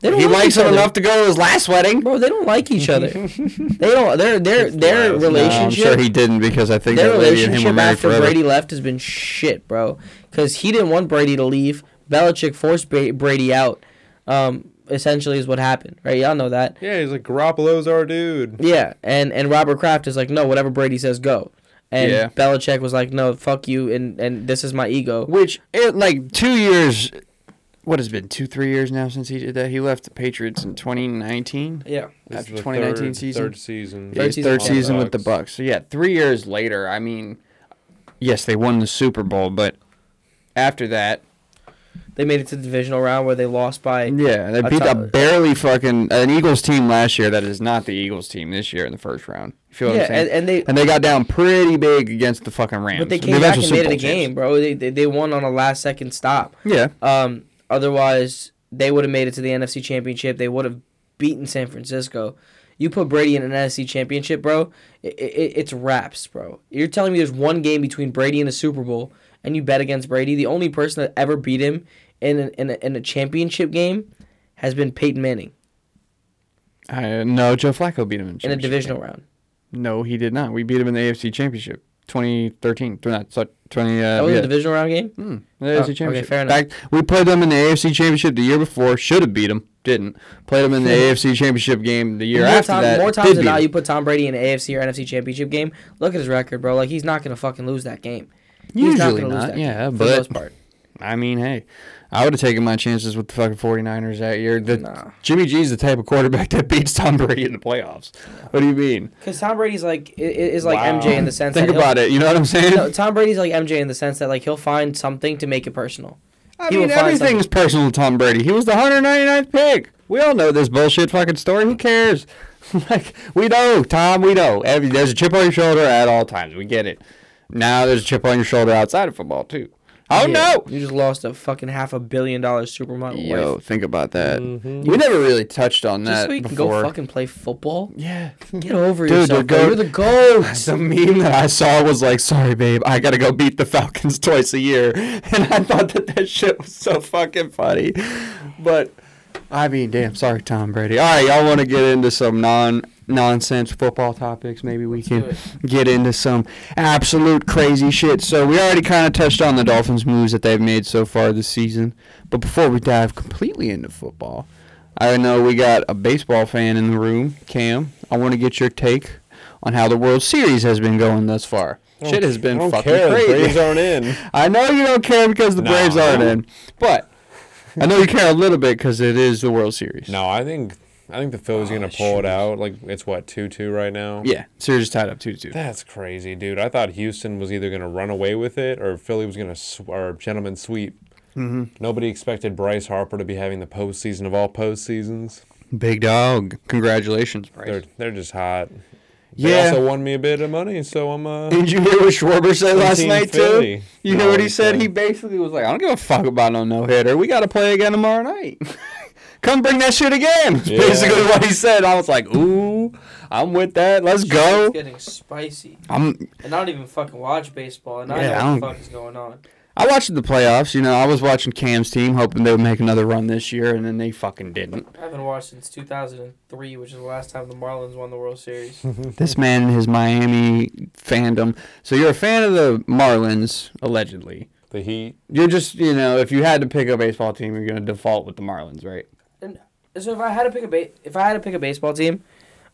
Speaker 2: They don't
Speaker 1: he
Speaker 2: like
Speaker 1: likes
Speaker 2: each
Speaker 1: him
Speaker 2: other.
Speaker 1: enough to go to his last wedding.
Speaker 2: bro. They don't like each other. they don't. Their their their
Speaker 3: wild.
Speaker 2: relationship.
Speaker 1: No, I'm sure he didn't because I think
Speaker 2: their
Speaker 1: that lady and him were
Speaker 2: relationship
Speaker 1: married
Speaker 2: after
Speaker 1: forever.
Speaker 2: Brady left has been shit, bro. Because he didn't want Brady to leave. Belichick forced Ba- Brady out. Um, essentially, is what happened, right? Y'all know that.
Speaker 3: Yeah, he's like, Garoppolo's our dude.
Speaker 2: Yeah, and and Robert Kraft is like, no, whatever Brady says, go. And
Speaker 1: Yeah.
Speaker 2: Belichick was like, no, fuck you, and and this is my ego.
Speaker 1: Which, it, like, two years, what has it been, two, three years now since he did that? He left the Patriots in 2019
Speaker 2: Yeah.
Speaker 3: This
Speaker 1: after
Speaker 3: is the
Speaker 1: 2019
Speaker 3: third,
Speaker 1: season.
Speaker 3: Third season.
Speaker 1: Yeah,
Speaker 2: Third
Speaker 1: his
Speaker 2: season
Speaker 1: third
Speaker 2: with the
Speaker 1: season with the Bucks. So yeah, three years later. I mean, yes, they won the Super Bowl, but after that,
Speaker 2: They made it to the divisional round where they lost by.
Speaker 1: yeah, they
Speaker 2: A
Speaker 1: beat a
Speaker 2: tie.
Speaker 1: barely fucking an Eagles team last year that is not the Eagles team this year in the first round. You feel what
Speaker 2: Yeah,
Speaker 1: I'm saying?
Speaker 2: and- and they-
Speaker 1: and they got down pretty big against the fucking Rams.
Speaker 2: But they
Speaker 1: The
Speaker 2: came back
Speaker 1: eventual
Speaker 2: and
Speaker 1: Super
Speaker 2: made it a
Speaker 1: Bowl champs.
Speaker 2: game, bro. They, they they won on a last second stop.
Speaker 1: Yeah,
Speaker 2: Um, otherwise, they would have made it to the NFC Championship. They would have beaten San Francisco. You put Brady in an NFC championship, bro, it, it, it's wraps, bro. You're telling me there's one game between Brady and a Super Bowl, and you bet against Brady? The only person that ever beat him in, an, in, a, in a championship game has been Peyton Manning
Speaker 1: I, no, Joe Flacco beat him in,
Speaker 2: in a
Speaker 1: championship.
Speaker 2: divisional round.
Speaker 1: No, he did not. We beat him in the AFC Championship, 2013. Th- Not so- 20. Uh,
Speaker 2: That was
Speaker 1: yeah.
Speaker 2: a Oh, divisional round game?
Speaker 1: Hmm, the
Speaker 2: Oh,
Speaker 1: AFC
Speaker 2: okay,
Speaker 1: Championship.
Speaker 2: fair enough.
Speaker 1: Back- we played them in the AFC Championship the year before. Should have beat them. Didn't. Played them in the AFC Championship game the year
Speaker 2: Hmm. more,
Speaker 1: after
Speaker 2: time-
Speaker 1: that.
Speaker 2: more
Speaker 1: did
Speaker 2: times than
Speaker 1: beat
Speaker 2: not,
Speaker 1: them.
Speaker 2: you put Tom Brady in an AFC or NFC championship game. Look at his record, bro. Like, he's not going to fucking lose that game. he's
Speaker 1: Usually
Speaker 2: gonna
Speaker 1: not, yeah,
Speaker 2: game, for
Speaker 1: but-
Speaker 2: the most part.
Speaker 1: I mean, hey, I would have taken my chances with the fucking 49ers that year. The,
Speaker 2: Nah.
Speaker 1: Jimmy G's the type of quarterback that beats Tom Brady in the playoffs. What do you mean?
Speaker 2: Because Tom Brady's like, i- i- is like
Speaker 1: Wow.
Speaker 2: MJ in the sense
Speaker 1: Think
Speaker 2: that he'll-
Speaker 1: about it. You know what I'm saying?
Speaker 2: No, Tom Brady's like MJ in the sense that like he'll find something to make it personal.
Speaker 1: I
Speaker 2: he
Speaker 1: mean,
Speaker 2: will find something.
Speaker 1: everything's personal to Tom Brady. He was the 199th pick. We all know this bullshit fucking story. Who cares? like, we know, Tom, we know. Every, there's a chip on your shoulder at all times. We get it. Now there's a chip on your shoulder outside of football, too. Oh,
Speaker 2: Yeah,
Speaker 1: no.
Speaker 2: You just lost a fucking half a billion dollar supermodel
Speaker 1: Yo,
Speaker 2: wife.
Speaker 1: think about that. We never really touched on
Speaker 2: Mm-hmm. Just
Speaker 1: that
Speaker 2: so you can
Speaker 1: before.
Speaker 2: go fucking play football.
Speaker 1: yeah.
Speaker 2: Get over
Speaker 1: Dude,
Speaker 2: yourself.
Speaker 1: the
Speaker 2: bro.
Speaker 1: goat-
Speaker 2: You're the goat.
Speaker 1: The meme that I saw was like, sorry, babe, I gotta go beat the Falcons twice a year. And I thought that that shit was so fucking funny. But, I mean, damn, sorry, Tom Brady. All right, y'all wanna get into some non nonsense football topics? Maybe we can get into some absolute crazy shit. So, we already kind of touched on the Dolphins' moves that they've made so far this season. But before we dive completely into football, I know we got a baseball fan in the room, Cam. I want to get your take on how the World Series has been going thus far. Shit has been
Speaker 3: I don't
Speaker 1: fucking
Speaker 3: care. The Braves
Speaker 1: crazy.
Speaker 3: aren't in.
Speaker 1: I know you don't care because the
Speaker 3: No.
Speaker 1: Braves aren't in, but I know you care a little bit because it is the World Series.
Speaker 3: No, I think I think the Phillies are gonna pull it out. Like it's what two two right now.
Speaker 1: Oh, Yeah, series tied up two two.
Speaker 3: That's crazy, dude. I thought Houston was either gonna run away with it or Philly was gonna sw- or gentleman sweep. Mm-hmm. Nobody expected Bryce Harper to be having the postseason of all postseasons.
Speaker 1: Big dog, congratulations, Bryce.
Speaker 3: They're they're just hot. They
Speaker 1: Yeah.
Speaker 3: also won me a bit of money, so I'm uh.
Speaker 1: Did you hear what Schwarber said last
Speaker 3: Team
Speaker 1: night
Speaker 3: Philly.
Speaker 1: too? You
Speaker 3: No,
Speaker 1: hear what he
Speaker 3: he
Speaker 1: said?
Speaker 3: said-
Speaker 1: He basically was like, "I don't give a fuck about no no hitter. We got to play again tomorrow night. Come bring that shit again." It's
Speaker 3: Yeah.
Speaker 1: Basically what he said. I was like, "Ooh, I'm with that. Let's go."
Speaker 2: It's getting spicy.
Speaker 1: I'm.
Speaker 2: And I don't even fucking watch baseball. And I
Speaker 1: Yeah, I
Speaker 2: know what the
Speaker 1: don't-
Speaker 2: fuck is going on.
Speaker 1: I watched the playoffs. You know, I was watching Cam's team, hoping they would make another run this year, and then they fucking didn't.
Speaker 2: I haven't watched since 2003, which is the last time the Marlins won the World Series.
Speaker 1: This man and his Miami fandom. So you're a fan of the Marlins, allegedly.
Speaker 3: The Heat.
Speaker 1: You're just, you know, if you had to pick a baseball team, you're gonna default with the Marlins, right?
Speaker 2: And so if I had to pick a ba- if I had to pick a baseball team,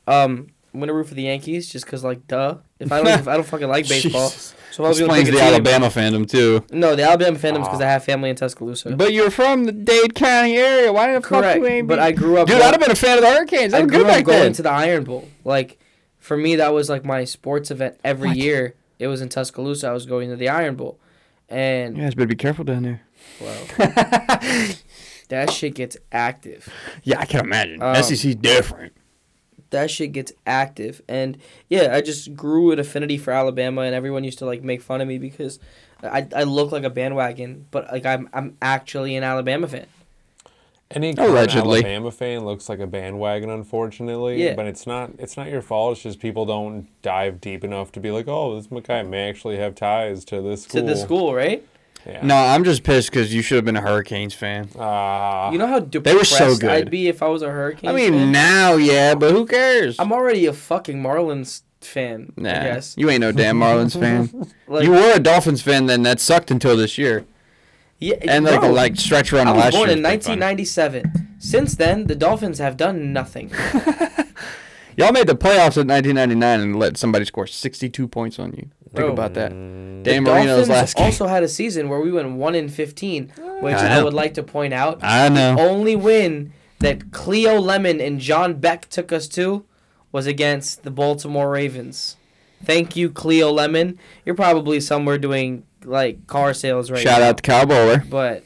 Speaker 2: um, I'm gonna root for the Yankees just cause like duh. If I don't if I don't fucking like baseball,
Speaker 1: Jesus.
Speaker 2: so if I was gonna
Speaker 1: Explains
Speaker 2: pick a
Speaker 1: the
Speaker 2: team,
Speaker 1: Alabama fandom too.
Speaker 2: No, the Alabama fandoms because
Speaker 3: Ah.
Speaker 2: I have family in Tuscaloosa.
Speaker 1: But you're from the Dade County area. Why the fuck
Speaker 2: Correct,
Speaker 1: you ain't
Speaker 2: but
Speaker 1: be-
Speaker 2: I grew up
Speaker 1: Dude,
Speaker 2: going-
Speaker 1: I'd have been a fan of the Hurricanes.
Speaker 2: I
Speaker 1: I'm
Speaker 2: grew
Speaker 1: good
Speaker 2: up
Speaker 1: back
Speaker 2: going
Speaker 1: then.
Speaker 2: to the Iron Bowl. Like for me, that was like my sports event every
Speaker 1: What?
Speaker 2: year. It was in Tuscaloosa. I was going to the Iron Bowl, and
Speaker 1: guys better be careful down there.
Speaker 2: well, that shit gets active.
Speaker 1: Yeah, I can imagine.
Speaker 2: Um,
Speaker 1: SEC's different.
Speaker 2: that shit gets active and yeah i just grew an affinity for alabama and everyone used to like make fun of me because i, I look like a bandwagon but like I'm, I'm actually an alabama fan
Speaker 3: Any current
Speaker 1: Allegedly.
Speaker 3: Alabama fan looks like a bandwagon, unfortunately.
Speaker 2: Yeah.
Speaker 3: But it's not it's not your fault. It's just people don't dive deep enough to be like, oh, this guy may actually have ties to this
Speaker 2: to
Speaker 3: school.
Speaker 2: the school right
Speaker 3: Yeah.
Speaker 1: No, I'm just pissed because you should have been a Hurricanes fan.
Speaker 3: Ah.
Speaker 2: you know how
Speaker 1: were so
Speaker 2: depressed
Speaker 1: good.
Speaker 2: i'd be if i was a hurricane
Speaker 1: I mean,
Speaker 2: fan?
Speaker 1: now, yeah, but who cares?
Speaker 2: i'm already a fucking marlins fan
Speaker 1: nah,
Speaker 2: i guess
Speaker 1: you ain't no damn Marlins fan.
Speaker 2: like,
Speaker 1: you were a Dolphins fan then. That sucked until this year.
Speaker 2: yeah,
Speaker 1: And like
Speaker 2: bro,
Speaker 1: the like stretch run
Speaker 2: i was
Speaker 1: last
Speaker 2: born
Speaker 1: year.
Speaker 2: in 1997 since then the dolphins have done nothing
Speaker 1: Y'all made the playoffs in 1999 and let somebody score 62 points on you. Think
Speaker 2: Bro.
Speaker 1: about that. Dan
Speaker 3: Mm,
Speaker 2: the
Speaker 1: Marino's
Speaker 2: Dolphins
Speaker 1: last game.
Speaker 2: also had a season where we went one in fifteen, which
Speaker 1: I
Speaker 2: I,
Speaker 1: know.
Speaker 2: would like to point out.
Speaker 1: I know.
Speaker 2: The only win that Cleo Lemon and John Beck took us to was against the Baltimore Ravens. Thank you, Cleo Lemon. You're probably somewhere doing like car sales right
Speaker 1: Shout
Speaker 2: now.
Speaker 1: out to Kyle Bowler.
Speaker 2: But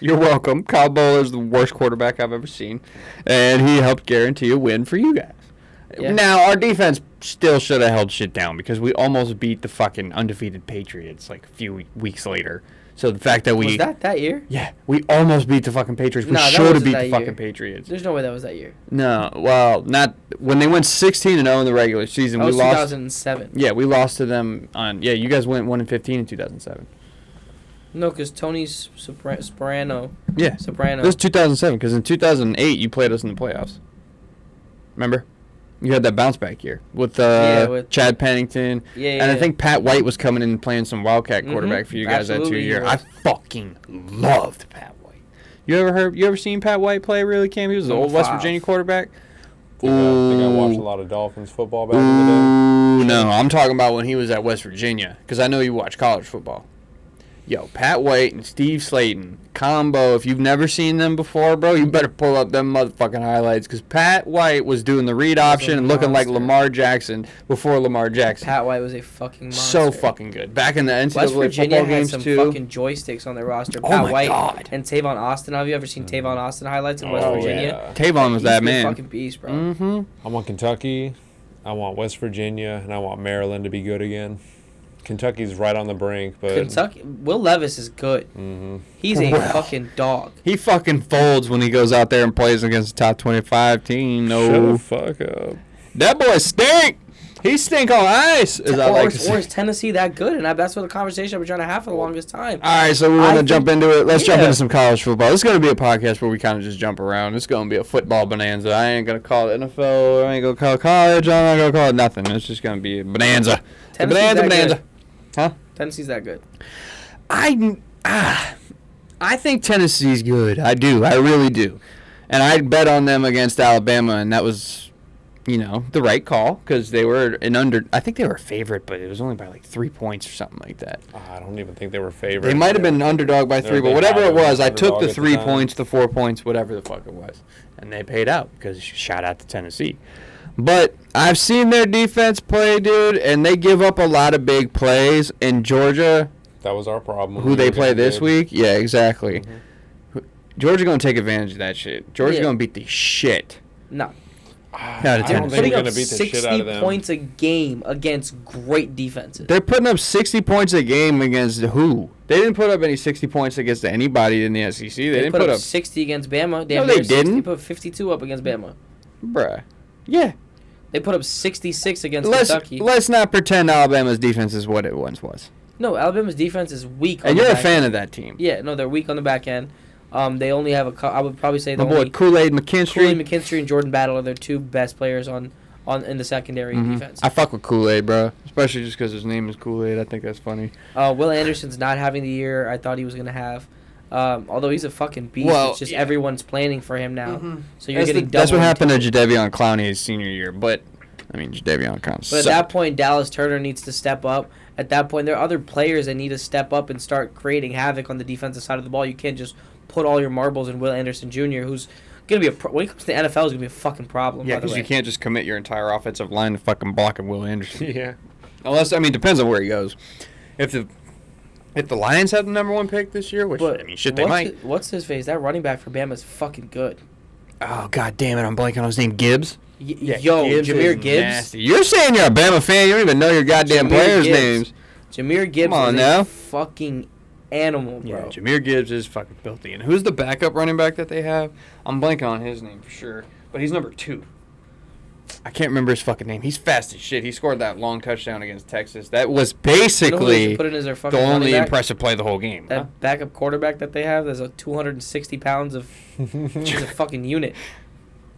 Speaker 1: You're welcome. Kyle Bowler is the worst quarterback I've ever seen, and he helped guarantee a win for you guys.
Speaker 2: Yeah.
Speaker 1: Now our defense still should have held shit down because we almost beat the fucking undefeated Patriots like a few weeks later. So the fact that we
Speaker 2: was that that year?
Speaker 1: yeah we almost beat the fucking Patriots. We
Speaker 2: No, that
Speaker 1: should have
Speaker 2: wasn't
Speaker 1: beat
Speaker 2: that
Speaker 1: the fucking
Speaker 2: year.
Speaker 1: Patriots.
Speaker 2: There's no way that was that year.
Speaker 1: No, well, not when they went 16 and 0 in the regular season.
Speaker 2: That
Speaker 1: we
Speaker 2: was
Speaker 1: lost.
Speaker 2: 2007.
Speaker 1: Yeah, we lost to them on. Yeah, you guys went 1 and 15 in 2007.
Speaker 2: No, because Tony S- Sopra- Soprano.
Speaker 1: Yeah.
Speaker 2: Soprano.
Speaker 1: This is 2007 because in 2008 you played us in the playoffs. Remember? You had that bounce back year with, uh,
Speaker 2: Yeah, with-
Speaker 1: Chad Pennington.
Speaker 2: Yeah,
Speaker 1: and I
Speaker 2: yeah.
Speaker 1: think Pat White was coming in and playing some Wildcat
Speaker 2: Mhm,
Speaker 1: quarterback for you guys that
Speaker 2: absolutely
Speaker 1: two
Speaker 2: he
Speaker 1: year. I
Speaker 2: was.
Speaker 1: fucking loved Pat White. You ever heard? You ever seen Pat White play really, Cam? He was the
Speaker 2: Number
Speaker 1: old West
Speaker 2: five.
Speaker 1: Virginia quarterback.
Speaker 3: I think I think I watched a
Speaker 1: Ooh.
Speaker 3: lot of Dolphins football back in the day.
Speaker 1: Ooh, no, I'm talking about when he was at West Virginia because I know you watch college football. Yo, Pat White and Steve Slayton combo. If you've never seen them before, bro, you better pull up them motherfucking highlights because Pat White was doing the read option and looking like
Speaker 2: monster.
Speaker 1: Lamar Jackson before Lamar Jackson.
Speaker 2: Pat White was a fucking monster.
Speaker 1: so fucking good. Back in the NCAA
Speaker 2: West
Speaker 1: football
Speaker 2: Virginia had
Speaker 1: games
Speaker 2: some
Speaker 1: too.
Speaker 2: fucking joysticks on their roster.
Speaker 1: Oh
Speaker 2: Pat
Speaker 1: my
Speaker 2: White
Speaker 1: God.
Speaker 2: and Tavon Austin. Have you ever seen Tavon Austin highlights in West
Speaker 3: Oh,
Speaker 2: Virginia?
Speaker 3: yeah.
Speaker 1: Tavon was
Speaker 2: He's
Speaker 1: that
Speaker 2: a
Speaker 1: man.
Speaker 2: Fucking beast, bro.
Speaker 1: Mm-hmm.
Speaker 3: I want Kentucky. I want West Virginia, and I want Maryland to be good again. Kentucky's right on the brink, but
Speaker 2: Kentucky. Will Levis is good.
Speaker 3: Mhm.
Speaker 2: He's a
Speaker 1: Well.
Speaker 2: fucking dog.
Speaker 1: He fucking folds when he goes out there and plays against a top 25 team.
Speaker 3: shut
Speaker 1: No,
Speaker 3: the fuck up.
Speaker 1: that boy stink. He stink on ice, as I
Speaker 2: or,
Speaker 1: like
Speaker 2: is-
Speaker 1: to
Speaker 2: or
Speaker 1: say.
Speaker 2: is Tennessee that good? And I, that's what the conversation I've been trying to have for the longest time.
Speaker 1: All right, so we
Speaker 2: I
Speaker 1: want to
Speaker 2: think-
Speaker 1: jump into it. Let's jump
Speaker 2: Yeah.
Speaker 1: into some college football. This is going to be a podcast where we kind of just jump around. It's going to be a football bonanza. I ain't going to call it NFL. I ain't going to call it college. I'm not going to call it nothing. It's just going to be a bonanza. A
Speaker 2: Tennessee's
Speaker 1: bonanza,
Speaker 2: that
Speaker 1: bonanza.
Speaker 2: good.
Speaker 1: Huh?
Speaker 2: Tennessee's that good.
Speaker 1: I ah, I think Tennessee's good. I do. I really do. And I bet on them against Alabama, and that was, you know, the right call because they were an under. I think they were a favorite, but it was only by like three points or something like that.
Speaker 3: I don't even think they were favored.
Speaker 1: They might have been an underdog by three,
Speaker 3: They're-
Speaker 1: but
Speaker 3: they
Speaker 1: whatever
Speaker 3: had
Speaker 1: it
Speaker 3: to be
Speaker 1: was, I took
Speaker 3: underdog
Speaker 1: the
Speaker 3: at the
Speaker 1: three
Speaker 3: time.
Speaker 1: points, the four points, whatever the fuck it was, and they paid out because shout out to Tennessee. But I've seen their defense play, dude, and they give up a lot of big plays. In Georgia,
Speaker 3: That was our problem.
Speaker 1: who they play this
Speaker 3: Dude.
Speaker 1: week? Yeah, exactly. Georgia gonna take advantage of that shit. Georgia
Speaker 2: Mm-hmm. Yeah.
Speaker 1: gonna beat the shit.
Speaker 2: No,
Speaker 1: Out of
Speaker 3: I don't
Speaker 1: Tennessee.
Speaker 3: think
Speaker 2: putting
Speaker 3: we're
Speaker 2: up
Speaker 3: gonna beat the shit out
Speaker 2: sixty
Speaker 3: of them.
Speaker 2: points a game against great defenses.
Speaker 1: They're putting up 60 points a game against who? They didn't put up any 60 points against anybody in the SEC. They,
Speaker 2: They,
Speaker 1: didn't
Speaker 2: put, up, sixty against Bama. Damn
Speaker 1: No, they
Speaker 2: near 60.
Speaker 1: didn't.
Speaker 2: put fifty-two up against Bama.
Speaker 1: bruh. Yeah,
Speaker 2: They put up sixty-six against
Speaker 1: let's
Speaker 2: Kentucky.
Speaker 1: let's not pretend Alabama's defense is what it once was.
Speaker 2: no, Alabama's defense is weak. on
Speaker 1: And
Speaker 2: the
Speaker 1: you're a
Speaker 2: back
Speaker 1: fan
Speaker 2: end.
Speaker 1: of that team.
Speaker 2: Yeah, no, they're weak on the back end. Um, they only have a. cou- I would probably say the
Speaker 1: My boy
Speaker 2: only
Speaker 1: Kool Aid
Speaker 2: Kool-Aid
Speaker 1: McKinstry.
Speaker 2: McKinstry and Jordan Battle are their two best players on on in the secondary and
Speaker 1: Mhm.
Speaker 2: defense.
Speaker 1: I fuck with Kool Aid, bro. Especially just because his name is Kool Aid. I think that's funny.
Speaker 2: Uh, Will Anderson's not having the year I thought he was gonna have. Um, although he's a fucking beast,
Speaker 1: Well,
Speaker 2: it's just
Speaker 1: yeah.
Speaker 2: everyone's planning for him now. So you're
Speaker 1: That's, the-
Speaker 2: getting double.
Speaker 1: that's what happened
Speaker 2: intel.
Speaker 1: to Jadevion Clowney his senior year, but I mean Jadevion kind of
Speaker 2: But at
Speaker 1: sucked.
Speaker 2: that point, Dallas Turner needs to step up. At that point, there are other players that need to step up and start creating havoc on the defensive side of the ball. You can't just put all your marbles in Will Anderson Jr., who's gonna be a pro- when it comes to the NFL, is gonna be a fucking problem.
Speaker 1: yeah,
Speaker 2: by the
Speaker 1: because
Speaker 2: way.
Speaker 1: you can't just commit your entire offensive line to fucking blocking Will Anderson.
Speaker 3: Yeah.
Speaker 1: Unless I mean depends on where he goes. If the if the Lions have the number one pick this year, which
Speaker 2: But
Speaker 1: I mean shit they
Speaker 2: what's
Speaker 1: might.
Speaker 2: his- what's his face? That running back for Bama is fucking good.
Speaker 1: Oh god damn it! I'm blanking on his name. Gibbs.
Speaker 2: Y- yo, Jameer Gibbs.
Speaker 1: You're saying you're a Bama fan. You don't even know your goddamn
Speaker 2: Jameer
Speaker 1: players'
Speaker 2: Gibbs.
Speaker 1: names.
Speaker 2: Jameer Gibbs
Speaker 1: Come on
Speaker 2: is
Speaker 1: now.
Speaker 2: a fucking animal, bro.
Speaker 1: Jameer Gibbs is fucking filthy. And who's the backup running back that they have? I'm blanking on his name for sure, but he's number two. I can't remember his fucking name. He's fast as shit. He scored that long touchdown against Texas. That was
Speaker 2: You know who they should
Speaker 1: basically
Speaker 2: put in as their
Speaker 1: the
Speaker 2: fucking running
Speaker 1: only
Speaker 2: back?
Speaker 1: impressive play the whole game.
Speaker 2: that
Speaker 1: huh?
Speaker 2: backup quarterback that they have. There's a 260 pounds of he's a fucking unit.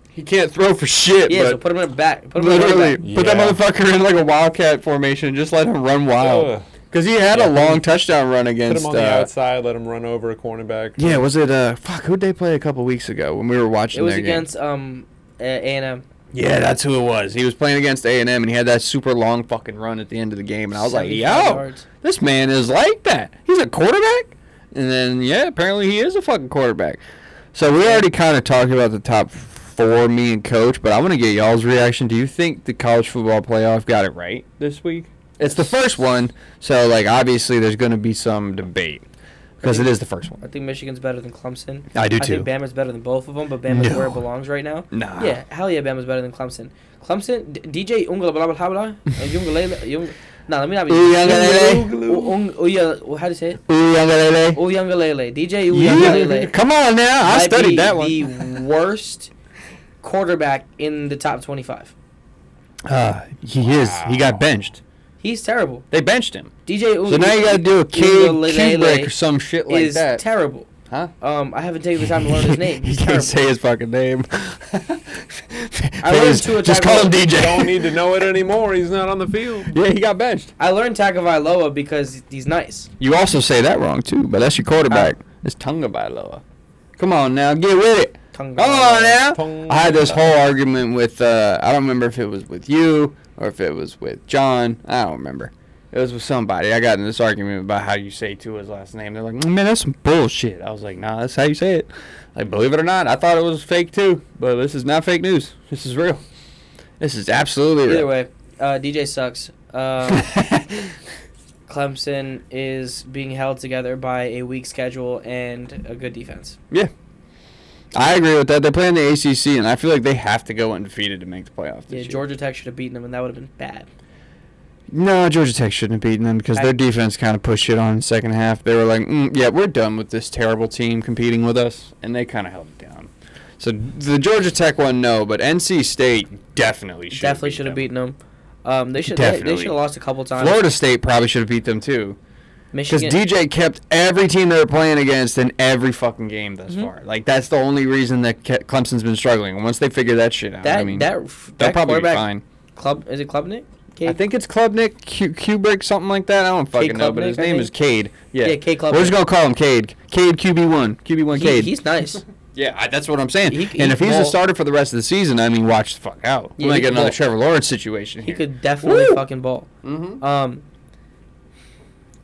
Speaker 1: He can't throw for shit,
Speaker 2: Yeah, so
Speaker 1: but
Speaker 2: put him in a back. Put him in a
Speaker 1: literally
Speaker 2: running back.
Speaker 1: put that
Speaker 3: Yeah.
Speaker 1: motherfucker in like a wildcat formation and just let him run
Speaker 3: Ugh.
Speaker 1: wild. Because he had
Speaker 3: Yeah,
Speaker 1: a
Speaker 3: put
Speaker 1: long
Speaker 3: him-
Speaker 1: touchdown run
Speaker 3: Put
Speaker 1: against.
Speaker 3: him on the
Speaker 1: uh,
Speaker 3: outside. Let him run over a cornerback.
Speaker 1: Yeah, was it uh fuck? Who'd they play a couple weeks ago when we were watching?
Speaker 2: It was
Speaker 1: their game?
Speaker 2: against um A and M.
Speaker 1: Yeah, that's who it was. He was playing against A and M, and he had that super long fucking run at the end of the game, and I was like, yo, this man is like that. He's a quarterback, and then yeah, apparently he is a fucking quarterback. So we already kind of talked about the top four, me and Coach, but I want to get y'all's reaction. Do you think the college football playoff got it right this week? It's the first one, so like obviously there's going to be some debate because it is the first one.
Speaker 2: I think Michigan's better than Clemson.
Speaker 1: I do too.
Speaker 2: I think Bama's better than both of them, but Bama's
Speaker 1: No.
Speaker 2: where it belongs right now.
Speaker 1: Nah.
Speaker 2: Yeah, hell yeah, Bama's better than Clemson. Clemson, D- DJ Ungalabalabalabala, uh, Ungalele- Ung- No, let me not be.
Speaker 1: Uyangalele.
Speaker 2: U- Ung- Uya- oh, how do you say it?
Speaker 1: Uyangalele.
Speaker 2: Uyangalele. DJ
Speaker 1: eh? Yeah.
Speaker 2: Uyangalele.
Speaker 1: Come on now. I
Speaker 2: might be
Speaker 1: studied that one.
Speaker 2: The worst quarterback in the top 25.
Speaker 1: Uh, he is. He got benched.
Speaker 2: He's terrible.
Speaker 1: They benched him.
Speaker 2: DJ U-
Speaker 1: So now you got to do a cube, cube break or
Speaker 2: Uyangalele
Speaker 1: some shit like
Speaker 2: is
Speaker 1: that.
Speaker 2: terrible.
Speaker 1: Huh?
Speaker 2: Um, I haven't taken the time to learn his name.
Speaker 1: you
Speaker 2: He's
Speaker 1: can't
Speaker 2: terrible.
Speaker 1: say his fucking name.
Speaker 2: I learned two
Speaker 1: Just
Speaker 2: attack
Speaker 1: call him
Speaker 2: moves.
Speaker 1: DJ.
Speaker 3: Don't need to know it anymore. He's not on the field.
Speaker 1: yeah, he got benched.
Speaker 2: I learned Tagovailoa because he's nice.
Speaker 1: You also say that wrong too, but that's your quarterback.
Speaker 2: Uh,
Speaker 1: it's Tunga Bailoa. Come on now, get with it.
Speaker 2: Tunga
Speaker 1: Come on now.
Speaker 3: Tunga
Speaker 1: I had this whole
Speaker 3: Bailoa.
Speaker 1: argument with uh, I don't remember if it was with you or if it was with John. I don't remember. It was with somebody. I got in this argument about how you say Tua's last name. They're like, man, that's some bullshit. I was like, nah, that's how you say it. Like, believe it or not, I thought it was fake too, but this is not fake news. This is real. This is absolutely real.
Speaker 2: Either way, uh, DJ sucks. Um, Clemson is being held together by a weak schedule and a good defense.
Speaker 1: I agree with that. They play in the ACC, and I feel like they have to go undefeated to make the playoffs.
Speaker 2: Yeah,
Speaker 1: This year.
Speaker 2: Georgia Tech should have beaten them, and that would have been bad.
Speaker 1: No, Georgia Tech shouldn't have beaten them because
Speaker 2: I-
Speaker 1: their defense kind of pushed it on in the second half. They were like, mm, yeah, we're done with this terrible team competing with us, and they kind of held it down. So the Georgia Tech one, no, but NC State definitely should
Speaker 2: Definitely should have beaten them. Um, they should they, they
Speaker 1: Definitely.
Speaker 2: should have lost a couple times.
Speaker 1: Florida State probably should have beat them too, because
Speaker 2: Michigan.
Speaker 1: DJ kept every team they were playing against in every fucking game thus
Speaker 2: Mhm.
Speaker 1: far. Like that's the only reason that Ke- Clemson's been struggling. Once they figure that shit out,
Speaker 2: that
Speaker 1: I mean,
Speaker 2: that
Speaker 1: they'll
Speaker 2: that
Speaker 1: probably be
Speaker 2: quarterback
Speaker 1: fine.
Speaker 2: club is it Klubnik?
Speaker 1: I think it's Klubnik, Q- Kubrick, something like that. I don't fucking know, but
Speaker 2: Klubnik,
Speaker 1: his
Speaker 2: I
Speaker 1: name
Speaker 2: think.
Speaker 1: is Cade. Yeah,
Speaker 2: Yeah, Cade
Speaker 1: We're just
Speaker 2: Klubnik.
Speaker 1: gonna call him Cade. Cade QB1, QB1
Speaker 2: he,
Speaker 1: Cade.
Speaker 2: he's nice.
Speaker 1: yeah, I, that's what I'm saying.
Speaker 2: He- he
Speaker 1: and if he's a
Speaker 2: ball-
Speaker 1: starter for the rest of the season, I mean, watch the fuck out.
Speaker 2: Yeah,
Speaker 1: we
Speaker 2: he
Speaker 1: might get
Speaker 2: could
Speaker 1: another
Speaker 2: ball.
Speaker 1: Trevor Lawrence situation
Speaker 2: He
Speaker 1: here.
Speaker 2: could definitely
Speaker 1: Woo!
Speaker 2: fucking ball.
Speaker 1: Mm-hmm.
Speaker 2: Um,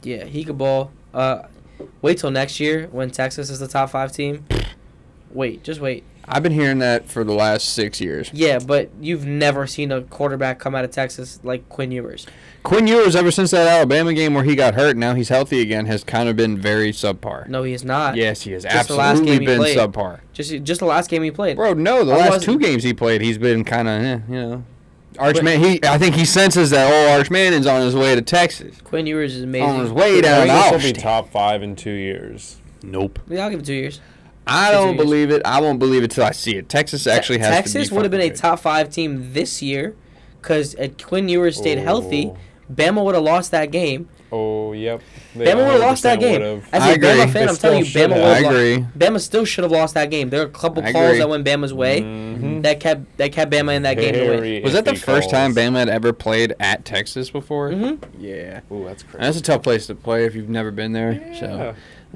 Speaker 2: yeah, he could ball. Uh, wait till next year when Texas is the top five team. Wait, just wait.
Speaker 1: I've been hearing that for the last six years.
Speaker 2: Yeah, but you've never seen a quarterback come out of Texas like Quinn Ewers.
Speaker 1: Quinn Ewers, ever since that Alabama game where he got hurt, now he's healthy again, has kind of been very subpar.
Speaker 2: No, he is not.
Speaker 1: Yes, he has
Speaker 2: Just the last
Speaker 1: absolutely
Speaker 2: game he
Speaker 1: been
Speaker 2: played.
Speaker 1: subpar.
Speaker 2: Just just the last game he played.
Speaker 1: Bro, no, the
Speaker 2: I
Speaker 1: last two
Speaker 2: wasn't-
Speaker 1: games he played, he's been kind of, eh, you know. Arch
Speaker 2: But-
Speaker 1: Man, he I think he senses that old Arch Mannon's on his way to Texas.
Speaker 2: Quinn Ewers is amazing.
Speaker 1: On his way down.
Speaker 2: Great.
Speaker 1: I'll
Speaker 3: This will be
Speaker 1: stand.
Speaker 3: top five in two years.
Speaker 1: Nope.
Speaker 2: Yeah, I'll give it two years.
Speaker 1: I
Speaker 2: Did you
Speaker 1: don't
Speaker 2: use-
Speaker 1: believe it. I won't believe it till I see it. Texas actually
Speaker 2: Te-
Speaker 1: has
Speaker 2: Texas
Speaker 1: to be
Speaker 2: would have been a
Speaker 1: fucking
Speaker 2: top five team this year because Quinn Ewers stayed healthy.
Speaker 3: Oh.
Speaker 2: Bama would have lost that game.
Speaker 3: Oh, yep. They
Speaker 2: Bama would have lost that
Speaker 3: 100%
Speaker 2: game.
Speaker 3: would've.
Speaker 2: As
Speaker 1: I
Speaker 2: a
Speaker 1: agree.
Speaker 2: Bama
Speaker 1: They
Speaker 2: fan, I'm telling you, Bama
Speaker 3: still should've.
Speaker 2: would
Speaker 1: I
Speaker 2: have lost.
Speaker 1: agree.
Speaker 2: Bama still should have lost that game. There are a couple
Speaker 1: I
Speaker 2: calls
Speaker 1: agree. Mm-hmm.
Speaker 2: that went Bama's way
Speaker 3: Mhm.
Speaker 2: that kept that kept Bama in that game to win.
Speaker 3: Very
Speaker 1: good. Was that the
Speaker 3: iffy
Speaker 1: first time
Speaker 3: calls.
Speaker 1: Bama had ever played at Texas before?
Speaker 2: Mhm.
Speaker 1: Yeah.
Speaker 3: Ooh, that's
Speaker 1: And
Speaker 3: crazy.
Speaker 1: that's a tough place to play if you've never been there.
Speaker 3: Yeah.
Speaker 1: So,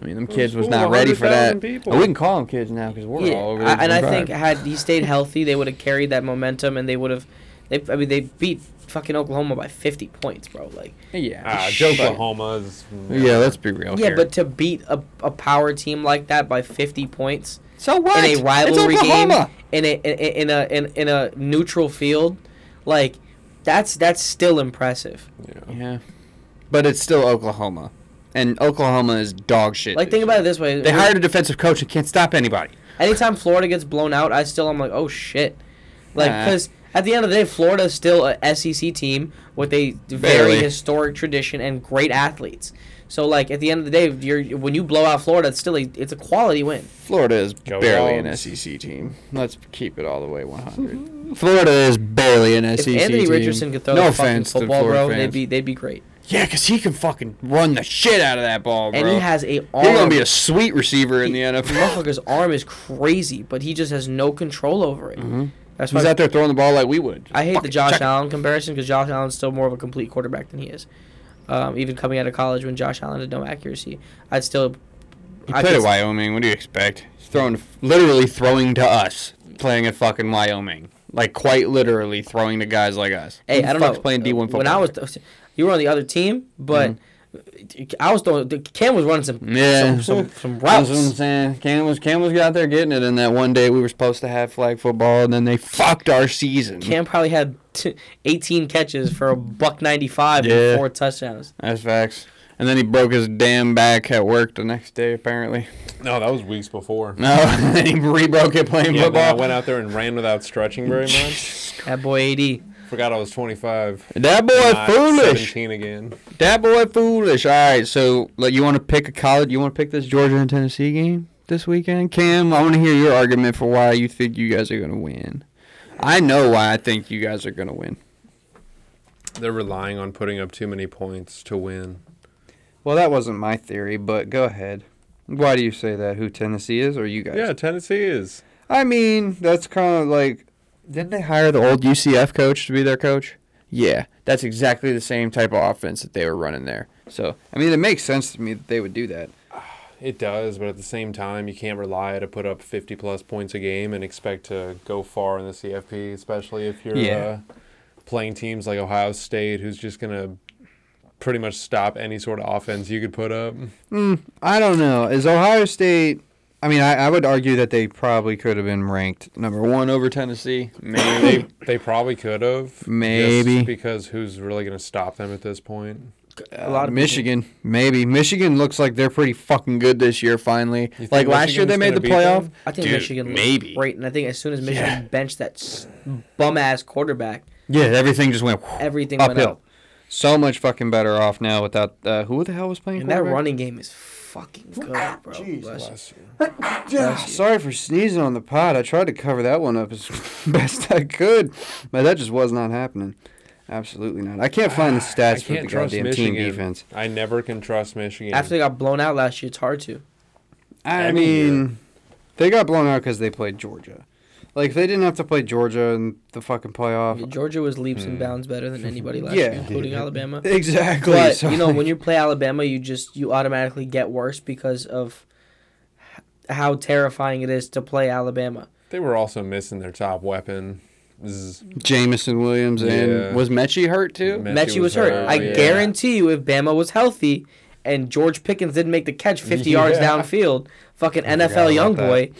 Speaker 1: I mean, them
Speaker 3: Those
Speaker 1: kids was
Speaker 3: schools,
Speaker 1: not ready for that.
Speaker 3: 100,000 people.
Speaker 1: I wouldn't call them kids now because we're
Speaker 2: Yeah,
Speaker 1: all over.
Speaker 2: I- and I
Speaker 1: the
Speaker 2: think
Speaker 1: vibe.
Speaker 2: had he stayed healthy, they would have carried that momentum, and they would have. They, I mean, they beat fucking Oklahoma by 50 points, bro. Like,
Speaker 1: yeah,
Speaker 3: Ah,
Speaker 1: shit.
Speaker 3: Oklahoma's.
Speaker 1: Yeah, let's be real.
Speaker 2: yeah,
Speaker 1: here.
Speaker 2: but to beat a, a power team like that by 50 points
Speaker 1: so what?
Speaker 2: in a rivalry
Speaker 1: it's
Speaker 2: game
Speaker 1: Oklahoma.
Speaker 2: in a in, in a in, in a neutral field, like that's that's still impressive.
Speaker 3: Yeah.
Speaker 1: Yeah, but it's still Oklahoma, and Oklahoma is dog shit.
Speaker 2: Like, think about it this way:
Speaker 1: They hired a defensive coach and can't stop anybody.
Speaker 2: anytime Florida gets blown out, I still am like, oh shit, like
Speaker 1: Nah.
Speaker 2: because at the end of the day, Florida is still a SEC team with a very
Speaker 1: Barely.
Speaker 2: historic tradition and great athletes. So like at the end of the day, you're when you blow out Florida, it's still a, it's a quality win.
Speaker 1: Florida is
Speaker 3: Go
Speaker 1: barely an
Speaker 3: Dogs.
Speaker 1: SEC team. Let's keep it all the way 100. Florida is barely an
Speaker 2: If
Speaker 1: SEC
Speaker 2: Anthony
Speaker 1: E team.
Speaker 2: Richardson could throw
Speaker 1: no
Speaker 2: the fucking
Speaker 1: offense to
Speaker 2: football,
Speaker 1: Florida
Speaker 2: bro, they'd
Speaker 1: fans.
Speaker 2: be they'd be great.
Speaker 1: yeah, because he can fucking run the shit out of that ball, bro.
Speaker 2: And he has a arm.
Speaker 1: He's gonna be a sweet receiver in the NFL.
Speaker 2: Motherfucker's arm is crazy, but he just has no control over it. That's why
Speaker 1: Mm-hmm. He's out there throwing the ball like we would.
Speaker 2: I hate the
Speaker 1: Fucking
Speaker 2: Josh
Speaker 1: chuck it.
Speaker 2: Allen comparison because Josh Allen's still more of a complete quarterback than he is. Um, even coming out of college when Josh Allen had no accuracy, I'd still.
Speaker 1: He
Speaker 2: I
Speaker 1: played
Speaker 2: could
Speaker 1: at
Speaker 2: s-
Speaker 1: Wyoming. What do you expect? He's throwing, literally throwing to us, playing at fucking Wyoming. Like quite literally throwing to guys like us.
Speaker 2: Hey,
Speaker 1: Who
Speaker 2: I don't
Speaker 1: the fuck's
Speaker 2: know.
Speaker 1: Playing D one football. Mm-hmm.
Speaker 2: When I was, you were on the other team, but I was throwing. Cam was running some
Speaker 1: Yeah.
Speaker 2: some, some, some
Speaker 1: That's what I'm
Speaker 2: routes.
Speaker 1: saying. Cam was Cam was out there getting it, and that one day we were supposed to have flag football, and then they fucked our season.
Speaker 2: Cam probably had t- 18 catches for a buck 95
Speaker 1: Yeah.
Speaker 2: and four touchdowns.
Speaker 1: That's facts. And then he broke his damn back at work the next day, apparently.
Speaker 3: No, that was weeks before.
Speaker 1: No, and he re-broke it playing
Speaker 3: Yeah, then I
Speaker 1: football.
Speaker 3: went out there and ran without stretching very much.
Speaker 2: That boy AD.
Speaker 3: Forgot I was 25.
Speaker 1: That boy
Speaker 3: Not
Speaker 1: foolish.
Speaker 3: 17 again.
Speaker 1: That boy foolish. All right, so like, you want to pick a college? You want to pick this Georgia and Tennessee game this weekend, Cam? I want to hear your argument for why you think you guys are gonna win. I know why I think you guys are gonna win.
Speaker 3: They're relying on putting up too many points to win.
Speaker 1: Well, that wasn't my theory, but go ahead. Why do you say that? Who Tennessee is, or you guys?
Speaker 3: Yeah, Tennessee is.
Speaker 1: I mean, that's kind of like. Didn't they hire the old UCF coach to be their coach? Yeah, that's exactly the same type of offense that they were running there. So, I mean, it makes sense to me that they would do that.
Speaker 3: It does, but at the same time, you can't rely to put up 50 plus points a game and expect to go far in the CFP, especially if you're
Speaker 1: Yeah.
Speaker 3: uh, playing teams like Ohio State, who's just going to pretty much stop any sort of offense you could put up.
Speaker 1: I don't know. Is Ohio State. I mean, I, I would argue that they probably could have been ranked number one over Tennessee. Maybe.
Speaker 3: they, they probably could have. just
Speaker 1: Maybe.
Speaker 3: because who's really going to stop them at this point?
Speaker 1: a lot of Michigan, maybe. Michigan looks like they're pretty fucking good this year. Finally,
Speaker 3: think
Speaker 1: like last year
Speaker 3: Michigan's
Speaker 1: they made
Speaker 3: gonna
Speaker 1: the
Speaker 3: beat
Speaker 1: playoff.
Speaker 3: them?
Speaker 2: I think
Speaker 1: Dude,
Speaker 2: Michigan looked
Speaker 1: maybe.
Speaker 2: great, and I think as soon as Michigan benched that bum ass quarterback,
Speaker 1: Yeah, everything just went
Speaker 2: everything went
Speaker 1: uphill.
Speaker 2: up.
Speaker 1: So much fucking better off now without uh, who the hell was playing
Speaker 2: And that
Speaker 1: quarterback?
Speaker 2: running game is fucking good, bro. Bless you.
Speaker 1: Yeah, sorry for sneezing on the pot. I tried to cover that one up as best I could, but that just was not happening. Absolutely not. I can't find the
Speaker 3: I
Speaker 1: stats for the
Speaker 3: can't trust
Speaker 1: goddamn
Speaker 3: Michigan.
Speaker 1: team defense.
Speaker 3: I never can trust Michigan.
Speaker 2: After they got blown out last year, it's hard to.
Speaker 1: I
Speaker 3: Any year.
Speaker 1: mean, they got blown out because they played Georgia. Like if they didn't have to play Georgia in the fucking playoff.
Speaker 2: Georgia was leaps and bounds better than anybody last
Speaker 1: Uh-huh. Hmm. Yeah.
Speaker 2: year, including Alabama.
Speaker 1: Exactly.
Speaker 2: But
Speaker 1: so,
Speaker 2: you know,
Speaker 1: like-
Speaker 2: when you play Alabama, you just you automatically get worse because of h- how terrifying it is to play Alabama.
Speaker 3: they were also missing their top weapon. Zzz.
Speaker 1: Jamison Williams and
Speaker 3: Yeah.
Speaker 1: was Mechie hurt too?
Speaker 3: Me-
Speaker 2: Mechie was hurt. I
Speaker 3: yeah.
Speaker 2: guarantee you, if Bama was healthy and George Pickens didn't make the catch 50 yards
Speaker 3: Yeah.
Speaker 2: downfield, fucking
Speaker 1: about
Speaker 2: NFL young boy,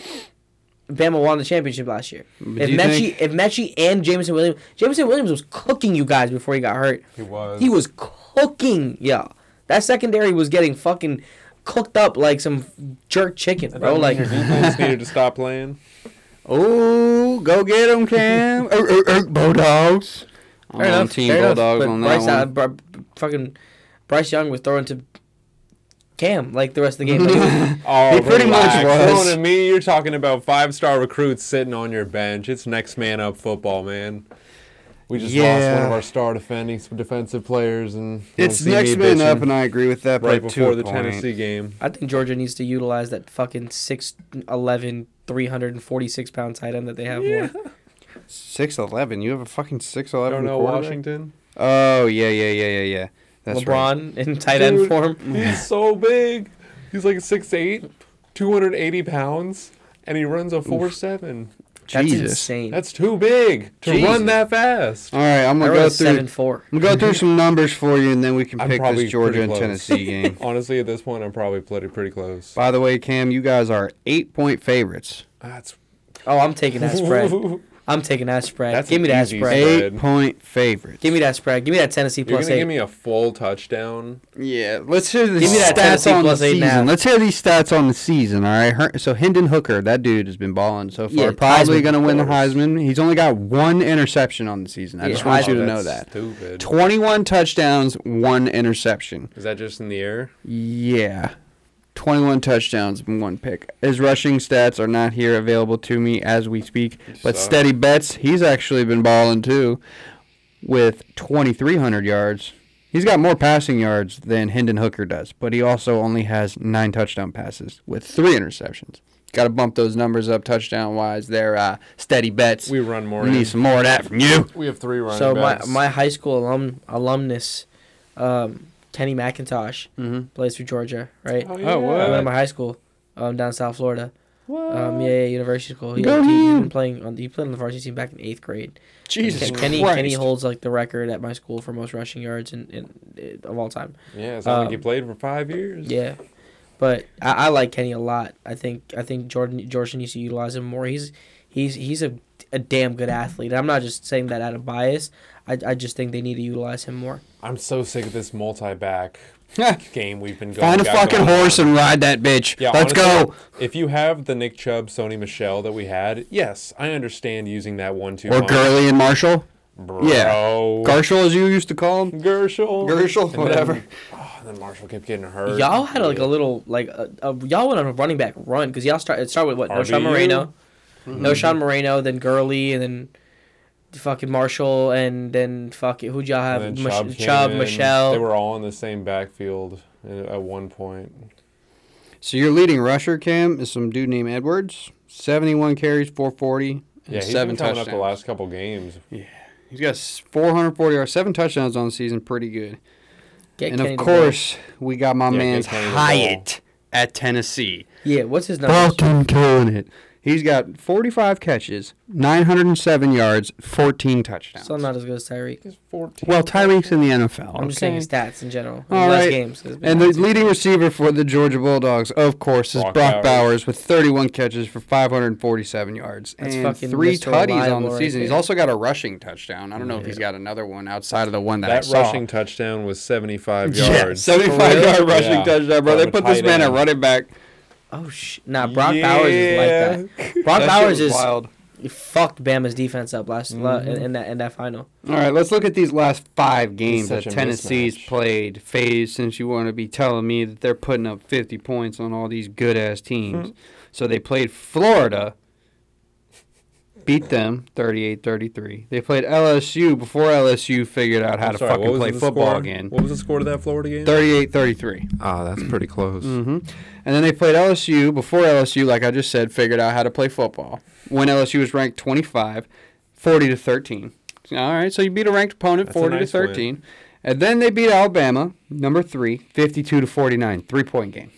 Speaker 2: Bama won the championship last year.
Speaker 1: do
Speaker 2: if
Speaker 1: you
Speaker 2: Mechie, if Mechie and Jameson Williams, Jameson Williams was cooking you guys before he got hurt.
Speaker 3: He was.
Speaker 2: He was cooking, yeah. That secondary was getting fucking cooked up like some jerk chicken, bro. Like
Speaker 3: Your defense needed to stop playing.
Speaker 1: Oh, go get him, Cam. er, er, er, Bulldogs. I'm
Speaker 2: Fair
Speaker 1: on
Speaker 2: enough.
Speaker 1: Team
Speaker 2: fair enough,
Speaker 1: Bulldogs
Speaker 2: but
Speaker 1: on that
Speaker 2: Bryce,
Speaker 1: one.
Speaker 2: uh, Br- Br- fucking Bryce Young was throwing to Cam like the rest of the game. Like,
Speaker 3: Oh,
Speaker 1: He pretty much
Speaker 3: relax.
Speaker 1: was.
Speaker 3: Throwing at me, you're talking about five star recruits sitting on your bench. It's next man up football, man. We just lost one
Speaker 1: Yeah.
Speaker 3: of our star defending defensive players, and you don't
Speaker 1: It's
Speaker 3: see me
Speaker 1: next man
Speaker 3: bitching
Speaker 1: up, and I agree with that.
Speaker 3: right
Speaker 1: but to
Speaker 3: before
Speaker 1: a
Speaker 3: the
Speaker 1: point.
Speaker 3: Tennessee game.
Speaker 2: I think Georgia needs to utilize that fucking 6'11", 346 pound tight end that they have. Yeah.
Speaker 1: Six eleven. You have a fucking six
Speaker 3: I
Speaker 1: eleven.
Speaker 3: don't know Washington.
Speaker 1: Oh yeah, yeah, yeah, yeah, yeah. That's right.
Speaker 2: LeBron in tight end
Speaker 3: Dude,
Speaker 2: form.
Speaker 3: He's so big. He's like 6'8", 280 pounds, and he runs a four seven.
Speaker 2: That's
Speaker 1: Jesus.
Speaker 2: insane.
Speaker 3: That's too big to
Speaker 1: Jesus.
Speaker 3: run that fast.
Speaker 1: All right, I'm
Speaker 2: I
Speaker 1: gonna
Speaker 2: wrote
Speaker 1: go
Speaker 2: a
Speaker 1: through.
Speaker 2: seven four.
Speaker 1: I'm gonna go through some numbers for you, and then we can
Speaker 3: I'm
Speaker 1: pick
Speaker 3: probably
Speaker 1: this Georgia and
Speaker 3: pretty close.
Speaker 1: Tennessee game.
Speaker 3: Honestly, at this point, I'm probably pretty pretty close.
Speaker 1: By the way, Cam, you guys are eight point favorites.
Speaker 3: That's
Speaker 2: Oh, I'm taking that spread. I'm taking that spread.
Speaker 3: That's
Speaker 2: give me
Speaker 3: an
Speaker 2: that
Speaker 3: easy
Speaker 2: spread.
Speaker 3: spread.
Speaker 1: Eight point favorites.
Speaker 2: Give me that spread. Give me that Tennessee
Speaker 3: You're
Speaker 2: plus
Speaker 3: gonna
Speaker 2: eight.
Speaker 3: give me a full touchdown.
Speaker 1: Yeah, let's hear the
Speaker 2: Give me that
Speaker 1: stats
Speaker 2: Tennessee
Speaker 1: on the
Speaker 2: plus eight and a
Speaker 1: season.
Speaker 2: half.
Speaker 1: Let's hear these stats on the season. All right. Her- So Hendon Hooker, that dude has been balling so far.
Speaker 2: Yeah,
Speaker 1: Probably
Speaker 2: Heisman,
Speaker 1: going to
Speaker 2: of
Speaker 1: win the
Speaker 2: course.
Speaker 1: Heisman. He's only got one interception on the season. I
Speaker 2: Yeah,
Speaker 1: just want you
Speaker 2: Heisman.
Speaker 1: to
Speaker 3: Oh,
Speaker 1: know
Speaker 3: that's
Speaker 1: that.
Speaker 3: Stupid.
Speaker 1: 21 touchdowns, one interception.
Speaker 3: Is that just in the air?
Speaker 1: Yeah. 21 touchdowns and one pick. His rushing stats are not here available to me as we speak, but
Speaker 3: suck.
Speaker 1: Steady Betts, he's actually been balling too with 2,300 yards. He's got more passing yards than Hendon Hooker does, but he also only has nine touchdown passes with three interceptions. Got to bump those numbers up touchdown wise there, uh, Steady Betts.
Speaker 3: We
Speaker 1: We
Speaker 3: run more. in.
Speaker 1: need some more of that from you.
Speaker 3: We have three running
Speaker 2: So my,
Speaker 3: backs.
Speaker 2: my high school alum alumnus, um, Kenny McIntosh
Speaker 3: Mm-hmm.
Speaker 2: plays for Georgia, right?
Speaker 3: oh,
Speaker 1: Oh,
Speaker 2: I went to
Speaker 1: what?
Speaker 2: my high school, um, down South Florida. Um, yeah, yeah, University School. He,
Speaker 1: Go
Speaker 2: he, has
Speaker 1: him.
Speaker 2: been playing on. He played on the varsity team back in eighth grade.
Speaker 1: Jesus
Speaker 2: Ken- Kenny
Speaker 1: Christ.
Speaker 2: Kenny holds like the record at my school for most rushing yards in, in, of all time.
Speaker 3: yeah, it's not like he
Speaker 2: um,
Speaker 3: played for five years.
Speaker 2: Yeah, but I, I like Kenny a lot. I think I think Jordan Georgia needs to utilize him more. He's he's he's a, a damn good athlete. I'm not just saying that out of bias. I, I just think they need to utilize him more.
Speaker 3: I'm so sick of this multi-back game we've been going.
Speaker 1: Find a
Speaker 3: got
Speaker 1: fucking
Speaker 3: going on.
Speaker 1: horse and ride that bitch.
Speaker 3: Yeah,
Speaker 1: Let's
Speaker 3: honestly,
Speaker 1: go.
Speaker 3: If you have the Nick Chubb, Sony Michelle that we had, yes, I understand using that one-two.
Speaker 1: Or
Speaker 3: punch.
Speaker 1: Gurley and Marshall.
Speaker 3: Bro.
Speaker 1: Yeah. Garshall, as you used to call him.
Speaker 3: Gershel.
Speaker 1: Gershel,
Speaker 3: then-
Speaker 1: whatever.
Speaker 3: oh, and then Marshall kept getting hurt.
Speaker 2: Y'all had like
Speaker 3: Yeah.
Speaker 2: a little like a, a, y'all went on a running back run because y'all start it started with what No Sean
Speaker 3: RBU?
Speaker 2: Moreno,
Speaker 3: Mm-hmm.
Speaker 2: No Sean Moreno, then Gurley, and then fucking Marshall, and then fuck it, who'd y'all have?
Speaker 3: And then
Speaker 2: Mich-
Speaker 3: Chubb,
Speaker 2: Chubb,
Speaker 3: came in.
Speaker 2: Michelle.
Speaker 3: They were all in the same backfield at at one point.
Speaker 1: So your leading rusher, Cam, is some dude named Edwards. 71 carries, 440, and
Speaker 3: Yeah, he's
Speaker 1: seven
Speaker 3: been coming
Speaker 1: touchdowns.
Speaker 3: up the last couple games.
Speaker 1: He's got s- 440 yards, seven touchdowns on the season. Pretty good.
Speaker 2: Get
Speaker 1: and
Speaker 2: Kenny
Speaker 1: of
Speaker 2: the ball.
Speaker 1: course, we got my
Speaker 3: Yeah,
Speaker 1: man's
Speaker 3: get Kenny the ball.
Speaker 1: Hyatt at Tennessee.
Speaker 2: yeah. What's his number?
Speaker 1: Fucking killing it. He's got 45 catches, 907 yards, 14 touchdowns.
Speaker 2: Still not as good as Tyreek.
Speaker 3: He's 14.
Speaker 1: well, Tyreek's in the NFL.
Speaker 2: I'm just
Speaker 1: okay?
Speaker 2: saying stats in general.
Speaker 1: All
Speaker 2: Less
Speaker 1: right.
Speaker 2: games. 'cause it's been
Speaker 1: And the
Speaker 2: hard to-
Speaker 1: leading receiver for the Georgia Bulldogs, of course, is Brock,
Speaker 3: Brock
Speaker 1: Bowers.
Speaker 3: Bowers.
Speaker 1: with 31 catches for 547 yards
Speaker 2: That's
Speaker 1: and
Speaker 2: fucking
Speaker 1: three
Speaker 2: Mr.
Speaker 1: tutties on
Speaker 2: Reliable
Speaker 1: the
Speaker 2: right
Speaker 1: season. He's
Speaker 2: there.
Speaker 1: also got a rushing touchdown. I don't know if he's got another one outside of the one that, I
Speaker 3: that
Speaker 1: saw.
Speaker 3: rushing touchdown was 75
Speaker 1: yeah,
Speaker 3: yards.
Speaker 1: 75 yard rushing
Speaker 3: Yeah.
Speaker 1: touchdown, bro.
Speaker 3: From
Speaker 1: They
Speaker 3: a
Speaker 1: put this
Speaker 3: tight
Speaker 1: man at
Speaker 3: end.
Speaker 1: running back.
Speaker 2: oh sh- nah, Brock Bowers is like
Speaker 3: Yeah.
Speaker 2: that. Brock
Speaker 1: That shit
Speaker 2: Bowers
Speaker 1: was
Speaker 2: is
Speaker 1: wild.
Speaker 2: he fucked Bama's defense up last la- in, in that in that final.
Speaker 1: All right, let's look at these last five games that
Speaker 3: such a
Speaker 1: Tennessee's
Speaker 3: mismatch.
Speaker 1: played. Phase, since you want to be telling me that they're putting up 50 points on all these good ass teams.
Speaker 3: Hmm.
Speaker 1: So they played Florida, beat them 38 33. They played LSU before LSU figured out how
Speaker 3: I'm
Speaker 1: to
Speaker 3: sorry, what
Speaker 1: fucking
Speaker 3: was
Speaker 1: play
Speaker 3: the
Speaker 1: football
Speaker 3: score?
Speaker 1: again.
Speaker 3: What was the score to that Florida game?
Speaker 1: 38 33.
Speaker 3: Ah, that's pretty close.
Speaker 1: hmm And then they played LSU before LSU, like I just said, figured out how to play football. When LSU was ranked 25, 40 to 13. All right, so you beat a ranked opponent
Speaker 3: That's a
Speaker 1: 40
Speaker 3: nice
Speaker 1: to 13. And then they beat Alabama, number three, 52 to 49, three point game.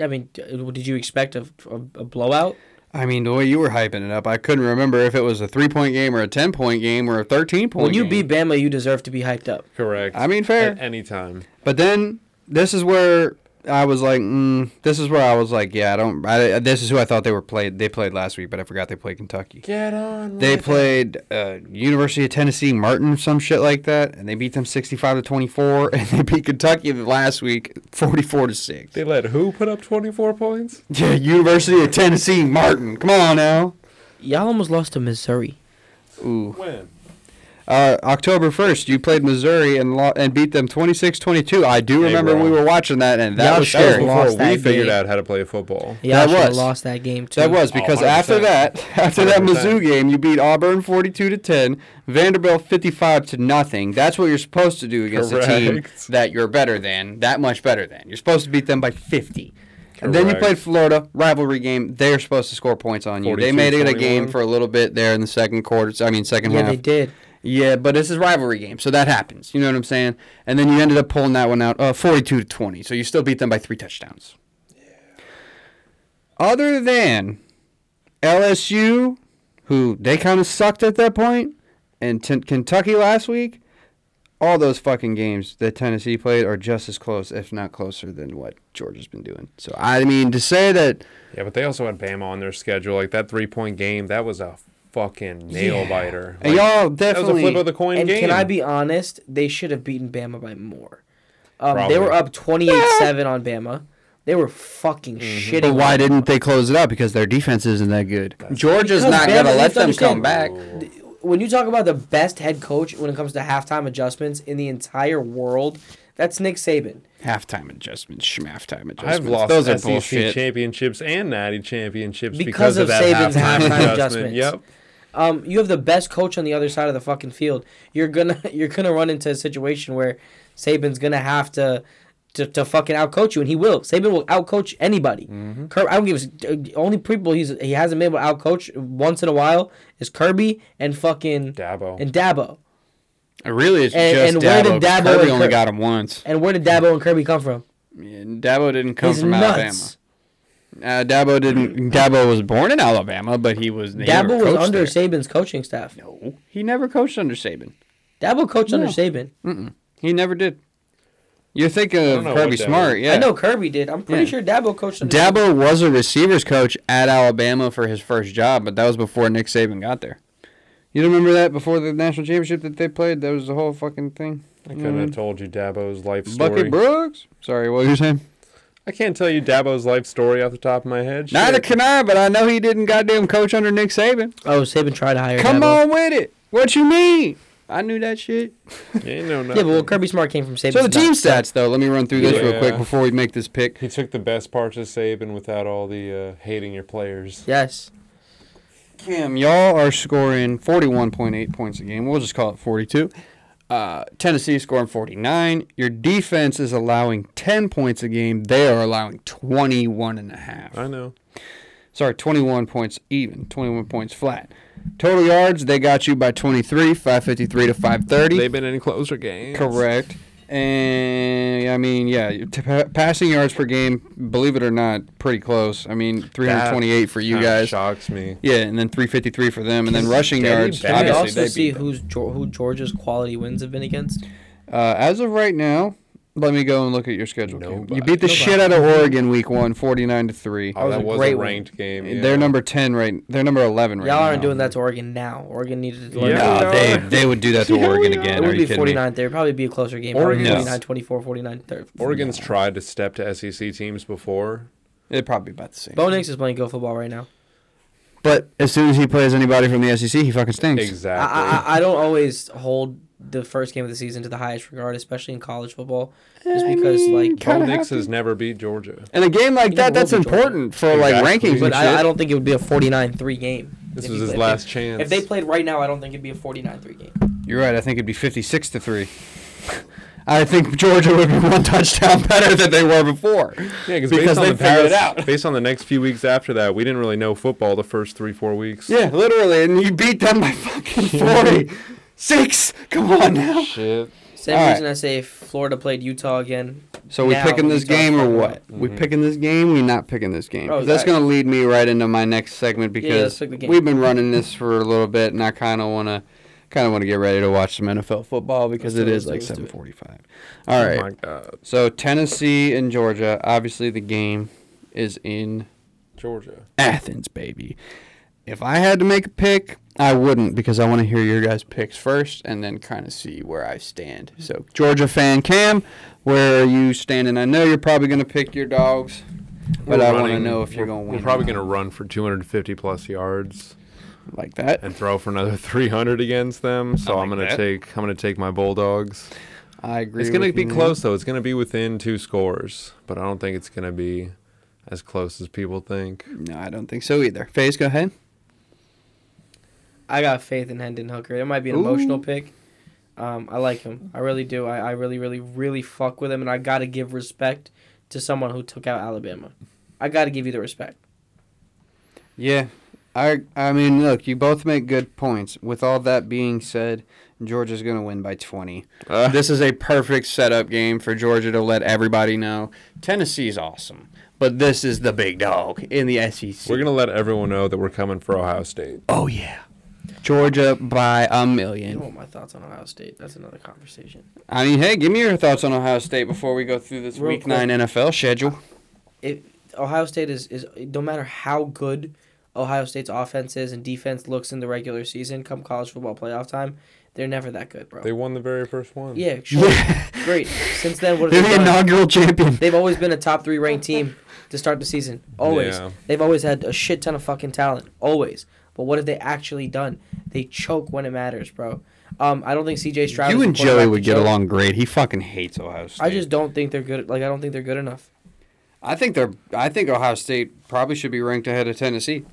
Speaker 2: I mean, d- uh, did you expect a, a, a blowout?
Speaker 1: I mean, the way you were hyping it up, I couldn't remember if it was a three point game or a 10 point game or a 13 point
Speaker 2: When you
Speaker 1: game.
Speaker 2: beat Bama, you deserve to be hyped up.
Speaker 3: Correct.
Speaker 1: I mean, fair.
Speaker 3: At any time.
Speaker 1: But then this is where I was like, mm, this is where I was like, yeah, I don't. I, this is who I thought they were played. They played last week, but I forgot they played Kentucky.
Speaker 3: Get on.
Speaker 1: They played uh, University of Tennessee Martin, some shit like that, and they beat them sixty-five to twenty-four, and they beat Kentucky last week forty-four to six.
Speaker 3: They let who put up 24 points?
Speaker 1: Yeah, University of Tennessee Martin, come on now.
Speaker 2: Y'all almost lost to Missouri.
Speaker 1: Ooh.
Speaker 3: When?
Speaker 1: Uh, October first, you played Missouri and lo- and beat them 26-22. I do
Speaker 3: Hey,
Speaker 1: remember
Speaker 3: bro.
Speaker 1: we were watching that, and that
Speaker 2: Y'all
Speaker 1: was
Speaker 2: should
Speaker 1: scary.
Speaker 2: have
Speaker 3: Before
Speaker 2: lost
Speaker 3: we
Speaker 2: that
Speaker 3: figured
Speaker 2: game.
Speaker 3: out how to play football.
Speaker 2: Y'all
Speaker 1: That
Speaker 2: should have
Speaker 1: was.
Speaker 2: lost that game too.
Speaker 1: That was
Speaker 3: Oh,
Speaker 1: because after
Speaker 3: 100%.
Speaker 1: that, after that Mizzou
Speaker 3: 100%.
Speaker 1: game, you beat Auburn forty-two to ten, Vanderbilt fifty-five to nothing. That's what you're supposed to do against a team
Speaker 3: Correct.
Speaker 1: that you're better than, that much better than. You're supposed to beat them by fifty. And then you
Speaker 3: Correct.
Speaker 1: played Florida rivalry game. They're supposed to score points on you. They made it a game
Speaker 3: 42-21.
Speaker 1: for a little bit there in the second quarter. so- I mean, second
Speaker 2: yeah,
Speaker 1: half.
Speaker 2: they did.
Speaker 1: Yeah, but this is rivalry game, so that happens. You know what I'm saying? And then you ended up pulling that one out, uh, 42 to 20. So you still beat them by three touchdowns. Other than LSU, who they kind of sucked at that point, and Ten Kentucky last week, all those fucking games that Tennessee played are just as close, if not closer, than what Georgia's been doing. So I mean to say that
Speaker 3: Yeah, but they also had Bama on their schedule. Like that three point game, that was a fucking nail biter.
Speaker 1: and
Speaker 3: Like,
Speaker 1: y'all
Speaker 3: that was a
Speaker 1: definitely
Speaker 3: flip of the coin
Speaker 2: And
Speaker 3: game.
Speaker 2: can I be honest? They should have beaten Bama by more. Um,
Speaker 3: Probably.
Speaker 2: they were up 28-7 on Bama. They were fucking shitting.
Speaker 1: But
Speaker 2: on
Speaker 1: why
Speaker 2: Bama.
Speaker 1: didn't they close it out? Because their defense isn't that good. Georgia's not
Speaker 2: Because Bama-
Speaker 1: going to
Speaker 2: you
Speaker 1: let
Speaker 2: have to
Speaker 1: them come
Speaker 2: understand,
Speaker 1: back.
Speaker 2: When you talk about the best head coach when it comes to halftime adjustments in the entire world, that's Nick Saban.
Speaker 1: Halftime adjustments, schmalftime adjustments.
Speaker 3: I've lost E
Speaker 1: Those are
Speaker 3: SEC
Speaker 1: bullshit.
Speaker 3: championships and natty championships
Speaker 2: Because
Speaker 3: because,
Speaker 2: of
Speaker 3: of, that
Speaker 2: Saban's
Speaker 3: halftime
Speaker 2: halftime
Speaker 3: adjustment.
Speaker 2: adjustments.
Speaker 3: Yep.
Speaker 2: Um, you have the best coach on the other side of the fucking field. You're gonna you're gonna run into a situation where Saban's gonna have to to, to fucking outcoach you, and he will. Saban will outcoach anybody.
Speaker 3: Mm-hmm.
Speaker 2: Kirby, I don't give. a s- uh, The only people he's he hasn't been able to outcoach once in a while is Kirby and fucking
Speaker 3: Dabo.
Speaker 2: and Dabo.
Speaker 1: Really, it's
Speaker 2: And-
Speaker 1: just
Speaker 2: and where
Speaker 1: Dabo.
Speaker 2: did Dabo
Speaker 1: Kirby
Speaker 2: and
Speaker 1: only
Speaker 2: Kir-
Speaker 1: got him once.
Speaker 2: And where did Dabo and Kirby come from?
Speaker 1: Yeah, Dabo didn't come
Speaker 2: He's
Speaker 1: from
Speaker 2: nuts.
Speaker 1: Alabama. Uh, Dabo didn't. Dabo was born in Alabama, but he was. he never
Speaker 2: Dabo was
Speaker 1: coached
Speaker 2: under
Speaker 1: there.
Speaker 2: Saban's coaching staff.
Speaker 1: No, he never coached under Saban.
Speaker 2: Dabo coached under
Speaker 1: No.
Speaker 2: Saban.
Speaker 1: He never did. You're thinking of
Speaker 3: know what
Speaker 1: Kirby
Speaker 3: Dabo-
Speaker 1: Smart, yeah?
Speaker 2: I know Kirby did. I'm pretty
Speaker 1: Yeah.
Speaker 2: sure Dabo coached under Saban.
Speaker 1: Dabo was a receivers coach at Alabama for his first job, but that was before Nick Saban got there. You remember that before the national championship that they played? That was the whole fucking thing.
Speaker 3: I couldn't have told you Dabo's life
Speaker 1: Mm. Bucket
Speaker 3: story.
Speaker 1: Brooks. Sorry, what were you saying?
Speaker 3: I can't tell you Dabo's life story off the top of my head.
Speaker 1: Neither
Speaker 3: Shit.
Speaker 1: can I, but I know he didn't goddamn coach under Nick Saban.
Speaker 2: Oh, Saban tried to hire.
Speaker 1: Come
Speaker 2: Dabo.
Speaker 1: on with it. What you mean? I knew that shit.
Speaker 3: You know,
Speaker 2: Yeah, but well, Kirby Smart came from Saban.
Speaker 1: So the team stats, though, let me run through this real quick
Speaker 3: Yeah.
Speaker 1: before we make this pick.
Speaker 3: he took the best parts of Saban without all the uh, hating your players.
Speaker 2: Yes.
Speaker 1: Cam, y'all are scoring 41.8 points a game. We'll just call it 42. Uh, Tennessee is scoring 49. Your defense is allowing 10 points a game. They are allowing 21 and a half.
Speaker 3: I know.
Speaker 1: Sorry, 21 points even, 21 points flat. Total yards, they got you by 23, 553 to 530.
Speaker 3: They've been in closer games.
Speaker 1: Correct. And I mean, yeah, you- t- pa- passing yards per game, believe it or not, pretty close. I mean, 328 for you
Speaker 3: Kinda
Speaker 1: guys.
Speaker 3: shocks me.
Speaker 1: Yeah, and then 353 for them, and then rushing
Speaker 3: Steady
Speaker 1: yards.
Speaker 3: back.
Speaker 2: Can we
Speaker 1: Obviously,
Speaker 2: also
Speaker 1: they
Speaker 2: see
Speaker 1: beat them.
Speaker 2: who's Geor- who Georgia's quality wins have been against?
Speaker 1: Uh, as of right now, let me go and look at your schedule. Cam.
Speaker 3: Nobody.
Speaker 1: You beat the shit out of Oregon week one, 49 to three.
Speaker 3: Oh,
Speaker 2: was
Speaker 3: that
Speaker 2: a
Speaker 3: was
Speaker 2: great
Speaker 3: a
Speaker 2: one.
Speaker 3: ranked game. yeah.
Speaker 1: They're number 10 right. They're number 11 right
Speaker 2: Y'all
Speaker 1: now.
Speaker 2: aren't doing that to Oregon now. Oregon needed to learn.
Speaker 3: Yeah,
Speaker 2: from
Speaker 1: No,
Speaker 2: that.
Speaker 3: we
Speaker 1: they
Speaker 3: are.
Speaker 1: they would do that to
Speaker 3: Yeah, we
Speaker 1: Oregon
Speaker 3: are.
Speaker 1: again.
Speaker 2: It
Speaker 1: Are
Speaker 2: would
Speaker 1: you
Speaker 2: be
Speaker 1: kidding me? Oh,
Speaker 2: 49 There would probably be a closer game. Probably
Speaker 3: Oregon's-
Speaker 2: 49 24, 49 30.
Speaker 3: Oregon's tried to step to SEC teams before.
Speaker 1: It'd probably be about the same.
Speaker 2: Bo Nix is playing go football right now.
Speaker 1: But as soon as he plays anybody from the SEC, he fucking stinks.
Speaker 2: I,
Speaker 3: Exactly.
Speaker 2: I, I- I don't always hold the first game of the season to the highest regard, especially in college football, just
Speaker 1: I
Speaker 2: because
Speaker 1: mean,
Speaker 2: like.
Speaker 1: kinda
Speaker 3: Bo Nix
Speaker 1: have
Speaker 3: has never beat Georgia.
Speaker 1: And a game like
Speaker 2: He
Speaker 1: that,
Speaker 2: never
Speaker 1: that's
Speaker 2: will be Georgia.
Speaker 1: important for like
Speaker 3: Exactly.
Speaker 1: rankings.
Speaker 2: But
Speaker 1: and shit.
Speaker 2: I, I don't think it would be a 49 3 game.
Speaker 3: This
Speaker 2: if
Speaker 3: was
Speaker 2: he
Speaker 3: his
Speaker 2: played-
Speaker 3: last
Speaker 2: if-
Speaker 3: chance.
Speaker 2: If they played right now, I don't think it'd be a 49 3 game.
Speaker 1: You're right. I think it'd be 56 to three. I think Georgia would be one touchdown better than they were before.
Speaker 3: yeah,
Speaker 1: because
Speaker 3: cause based on
Speaker 1: they
Speaker 3: the
Speaker 1: figured it
Speaker 3: past-
Speaker 1: out.
Speaker 3: based on the next few weeks after that, we didn't really know football the first three four weeks.
Speaker 1: Yeah, literally, and you beat them by fucking 40. Six. Come on now.
Speaker 3: Shit.
Speaker 2: Same
Speaker 1: All right.
Speaker 2: reason I say if Florida played Utah again.
Speaker 1: So we
Speaker 2: now
Speaker 1: picking this
Speaker 2: Utah's
Speaker 1: game or
Speaker 2: fucking
Speaker 1: what?
Speaker 2: up.
Speaker 1: We picking this game? We not picking this game?
Speaker 2: Oh,
Speaker 1: 'Cause that's
Speaker 2: right.
Speaker 1: gonna lead me right into my next segment
Speaker 2: yeah,
Speaker 1: because
Speaker 2: let's pick the game.
Speaker 1: we've been running this for a little bit, and I kind of wanna, kind of wanna get ready to watch some NFL football because
Speaker 2: Let's
Speaker 1: it
Speaker 2: do it,
Speaker 1: is like
Speaker 2: let's do it,
Speaker 1: seven
Speaker 2: let's
Speaker 1: forty-five. All right.
Speaker 3: Oh my God.
Speaker 1: So Tennessee and Georgia, obviously the game is in
Speaker 3: Georgia.
Speaker 1: Athens, baby. If I had to make a pick, I wouldn't because I want to hear your guys' picks first and then kind of see where I stand. So Georgia fan Cam, where are you standing? I know you're probably gonna pick your dogs, but
Speaker 3: We're
Speaker 1: I want to
Speaker 3: running-
Speaker 1: know if you're gonna win.
Speaker 3: We're
Speaker 1: or
Speaker 3: probably
Speaker 1: not.
Speaker 3: going to run for 250 plus yards
Speaker 1: like that.
Speaker 3: and throw for another 300 against them. So
Speaker 1: I
Speaker 3: I'm
Speaker 1: like
Speaker 3: going to
Speaker 1: that.
Speaker 3: take I'm going to take my Bulldogs.
Speaker 1: I agree.
Speaker 3: It's going to
Speaker 1: with
Speaker 3: be
Speaker 1: you, man.
Speaker 3: close though. It's going to be within two scores, but I don't think it's going to be as close as people think.
Speaker 1: No, I don't think so either. FaZe, go ahead.
Speaker 2: I got faith in Hendon Hooker. It might be an
Speaker 1: Ooh.
Speaker 2: emotional pick. Um, I like him. I really do. I, I really, really, really fuck with him, and I gotta give respect to someone who took out Alabama. I gotta give you the respect.
Speaker 1: Yeah. I I mean, look, you both make good points. With all that being said, Georgia's going to win by 20.
Speaker 3: Uh.
Speaker 1: This is a perfect setup game for Georgia to let everybody know Tennessee's awesome, but this is the big dog in the SEC.
Speaker 3: We're going to let everyone know that we're coming for Ohio State.
Speaker 1: oh yeah. Georgia by a
Speaker 2: You
Speaker 1: million.
Speaker 2: want my thoughts on Ohio State? That's another conversation.
Speaker 1: I mean, hey, give me your thoughts on Ohio State before we go through this
Speaker 2: Real
Speaker 1: Week
Speaker 2: quick.
Speaker 1: 9 NFL schedule.
Speaker 2: It Ohio State is is no matter how good Ohio State's offense is and defense looks in the regular season, come college football playoff time, they're never that good, bro.
Speaker 3: They won the very first one.
Speaker 2: yeah, sure. great. Since then, what have they done?
Speaker 1: inaugural champion.
Speaker 2: They've always been a top three ranked team to start the season. Always.
Speaker 3: Yeah.
Speaker 2: They've always had a shit ton of fucking talent. Always. But what have they actually done? They choke when it matters, bro. Um, I don't think CJ Stroud. is
Speaker 1: You
Speaker 2: the
Speaker 1: and
Speaker 2: quarterback
Speaker 1: Joey
Speaker 2: to
Speaker 1: would get
Speaker 2: choke.
Speaker 1: along great. He fucking hates Ohio State.
Speaker 2: I just don't think they're good. Like I don't think they're good enough.
Speaker 1: I think they're. I think Ohio State probably should be ranked ahead of Tennessee.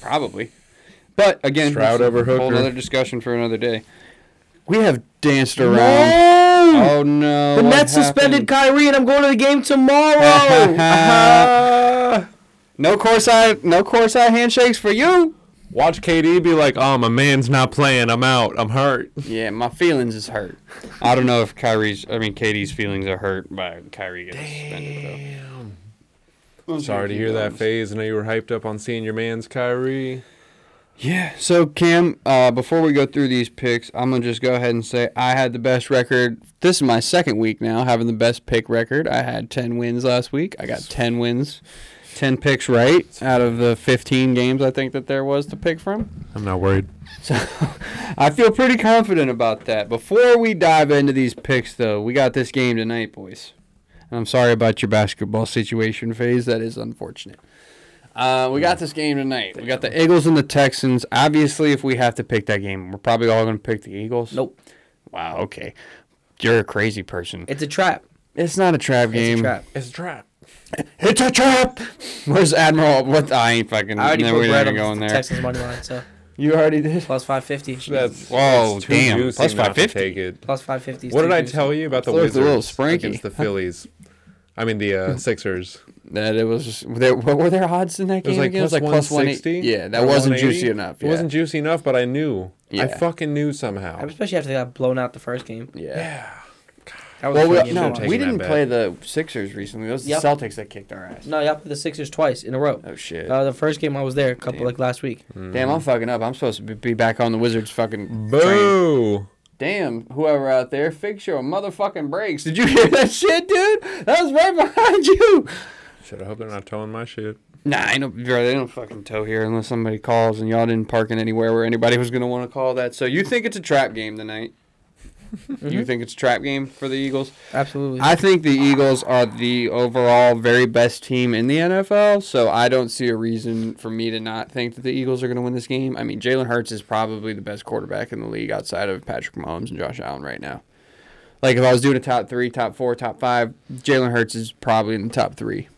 Speaker 1: Probably, but again,
Speaker 3: Stroud
Speaker 1: that's a
Speaker 3: over
Speaker 1: Whole
Speaker 3: Hooker.
Speaker 1: another discussion for another day. We have danced around.
Speaker 2: No!
Speaker 1: Oh no!
Speaker 2: the
Speaker 1: what
Speaker 2: Nets
Speaker 1: happened?
Speaker 2: suspended Kyrie, and I'm going to the game Uh-huh. tomorrow.
Speaker 1: no course eye. No course eye handshakes for you.
Speaker 3: Watch KD be like, "Oh, my man's not playing. I'm out. I'm hurt."
Speaker 1: Yeah, my feelings is hurt. I don't know if Kyrie's. I mean, Katie's feelings are hurt by Kyrie getting suspended. Though.
Speaker 3: Sorry to hear that, Phase. I know you were hyped up on seeing your man's Kyrie.
Speaker 1: Yeah. So Cam, uh, before we go through these picks, I'm gonna just go ahead and say I had the best record. This is my second week now having the best pick record. I had 10 wins last week. I got 10 wins, 10 picks right out of the 15 games I think that there was to pick from.
Speaker 3: I'm not worried.
Speaker 1: So I feel pretty confident about that. Before we dive into these picks, though, we got this game tonight, boys. And I'm sorry about your basketball situation, phase. That is unfortunate. Uh, we got this game tonight. We got the Eagles and the Texans. Obviously, if we have to pick that game, we're probably all going to pick the Eagles.
Speaker 2: Nope.
Speaker 1: Wow. Okay. You're a crazy person.
Speaker 2: It's a trap.
Speaker 1: It's not a trap
Speaker 2: It's
Speaker 1: game.
Speaker 2: a trap.
Speaker 3: It's a trap.
Speaker 1: It's a trap. Where's Admiral? What? I ain't fucking.
Speaker 2: I already
Speaker 1: no,
Speaker 2: put
Speaker 1: we're not
Speaker 2: bread
Speaker 1: even
Speaker 2: on
Speaker 1: going
Speaker 2: the
Speaker 1: there.
Speaker 2: Texans money line, so
Speaker 1: You already did.
Speaker 2: plus five fifty.
Speaker 3: That's
Speaker 1: Whoa,
Speaker 3: that's too
Speaker 1: damn.
Speaker 3: juicy
Speaker 1: Plus
Speaker 3: not to
Speaker 1: 550.
Speaker 3: Take it.
Speaker 2: Plus five fifty.
Speaker 3: What did I tell you about the
Speaker 1: Looked
Speaker 3: Wizards
Speaker 1: a little spranky.
Speaker 3: against the Phillies? I mean the uh, Sixers.
Speaker 1: That it was. Just, were, there, were there odds in that
Speaker 3: It was
Speaker 1: game?
Speaker 3: like
Speaker 1: again?
Speaker 3: plus
Speaker 1: one
Speaker 3: 160.
Speaker 1: eight- Yeah, that
Speaker 3: or
Speaker 1: wasn't
Speaker 3: 180.
Speaker 1: juicy enough.
Speaker 3: It
Speaker 1: yeah.
Speaker 3: wasn't juicy enough, but I knew. I
Speaker 1: Yeah.
Speaker 3: fucking knew somehow.
Speaker 2: Especially after they got blown out the first game.
Speaker 1: Yeah.
Speaker 2: That was
Speaker 1: Well,
Speaker 2: the
Speaker 1: we,
Speaker 2: first game
Speaker 1: no,
Speaker 2: they won.
Speaker 3: taken
Speaker 1: we
Speaker 3: that
Speaker 1: didn't
Speaker 3: bet.
Speaker 1: play the Sixers recently. It was
Speaker 2: Yep.
Speaker 1: the Celtics that kicked our ass.
Speaker 2: No, y'all played the Sixers twice in a row.
Speaker 1: Oh shit!
Speaker 2: Uh, the first game I was there, a couple
Speaker 1: Damn.
Speaker 2: like last week.
Speaker 3: Hmm.
Speaker 1: Damn, I'm fucking up. I'm supposed to be- be back on the Wizards fucking train.
Speaker 3: mm. Boo!
Speaker 1: Damn, whoever out there, fix your motherfucking brakes. Did you hear that shit, dude? That was right behind you.
Speaker 3: Should I hope they're not towing my shit?
Speaker 1: Nah, I don't, bro, they don't fucking tow here unless somebody calls, and y'all didn't park in anywhere where anybody was gonna want to call that. So you think it's a trap game tonight? You think it's a trap game for the Eagles?
Speaker 2: Absolutely.
Speaker 1: I think the Eagles are the overall very best team in the NFL, so I don't see a reason for me to not think that the Eagles are going to win this game. I mean, Jalen Hurts is probably the best quarterback in the league outside of Patrick Mahomes and Josh Allen right now. Like, if I was doing a top three, top four, top five, Jalen Hurts is probably in the top three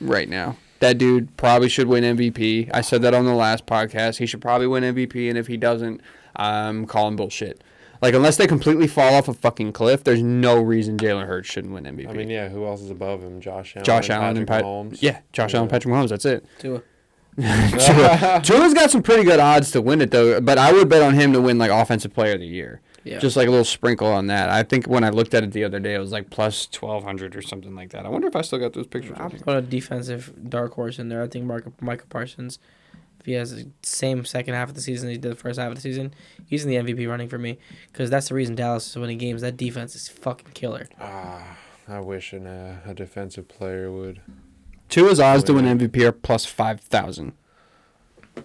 Speaker 1: right now. That dude probably should win MVP. I said that on the last podcast. He should probably win MVP, and if he doesn't, I'm calling bullshit. Like, unless they completely fall off a fucking cliff, there's no reason Jalen Hurts shouldn't win MVP.
Speaker 3: I mean, yeah. Who else is above him? Josh Allen.
Speaker 1: Josh Allen and Pat.
Speaker 3: Patrick Mahomes.
Speaker 1: Yeah, Josh Allen, Patrick Mahomes. That's it.
Speaker 2: Tua.
Speaker 1: Tua. Tua's got some pretty good odds to win it though, but I would bet on him to win like Offensive Player of the Year.
Speaker 2: Yeah.
Speaker 1: Just like a little sprinkle on that. I think when I looked at it the other day, it was like plus twelve hundred or something like that. I wonder if I still got those pictures.
Speaker 2: I'm
Speaker 1: on here.
Speaker 2: putting a defensive dark horse in there. I think Mark, Micah Parsons, if he has the same second half of the season as he did the first half of the season, he's in the MVP running for me because that's the reason Dallas is winning games. That defense is fucking killer.
Speaker 3: Ah, I wish an, uh, a defensive player would.
Speaker 1: Tua's odds to win MVP are plus five thousand.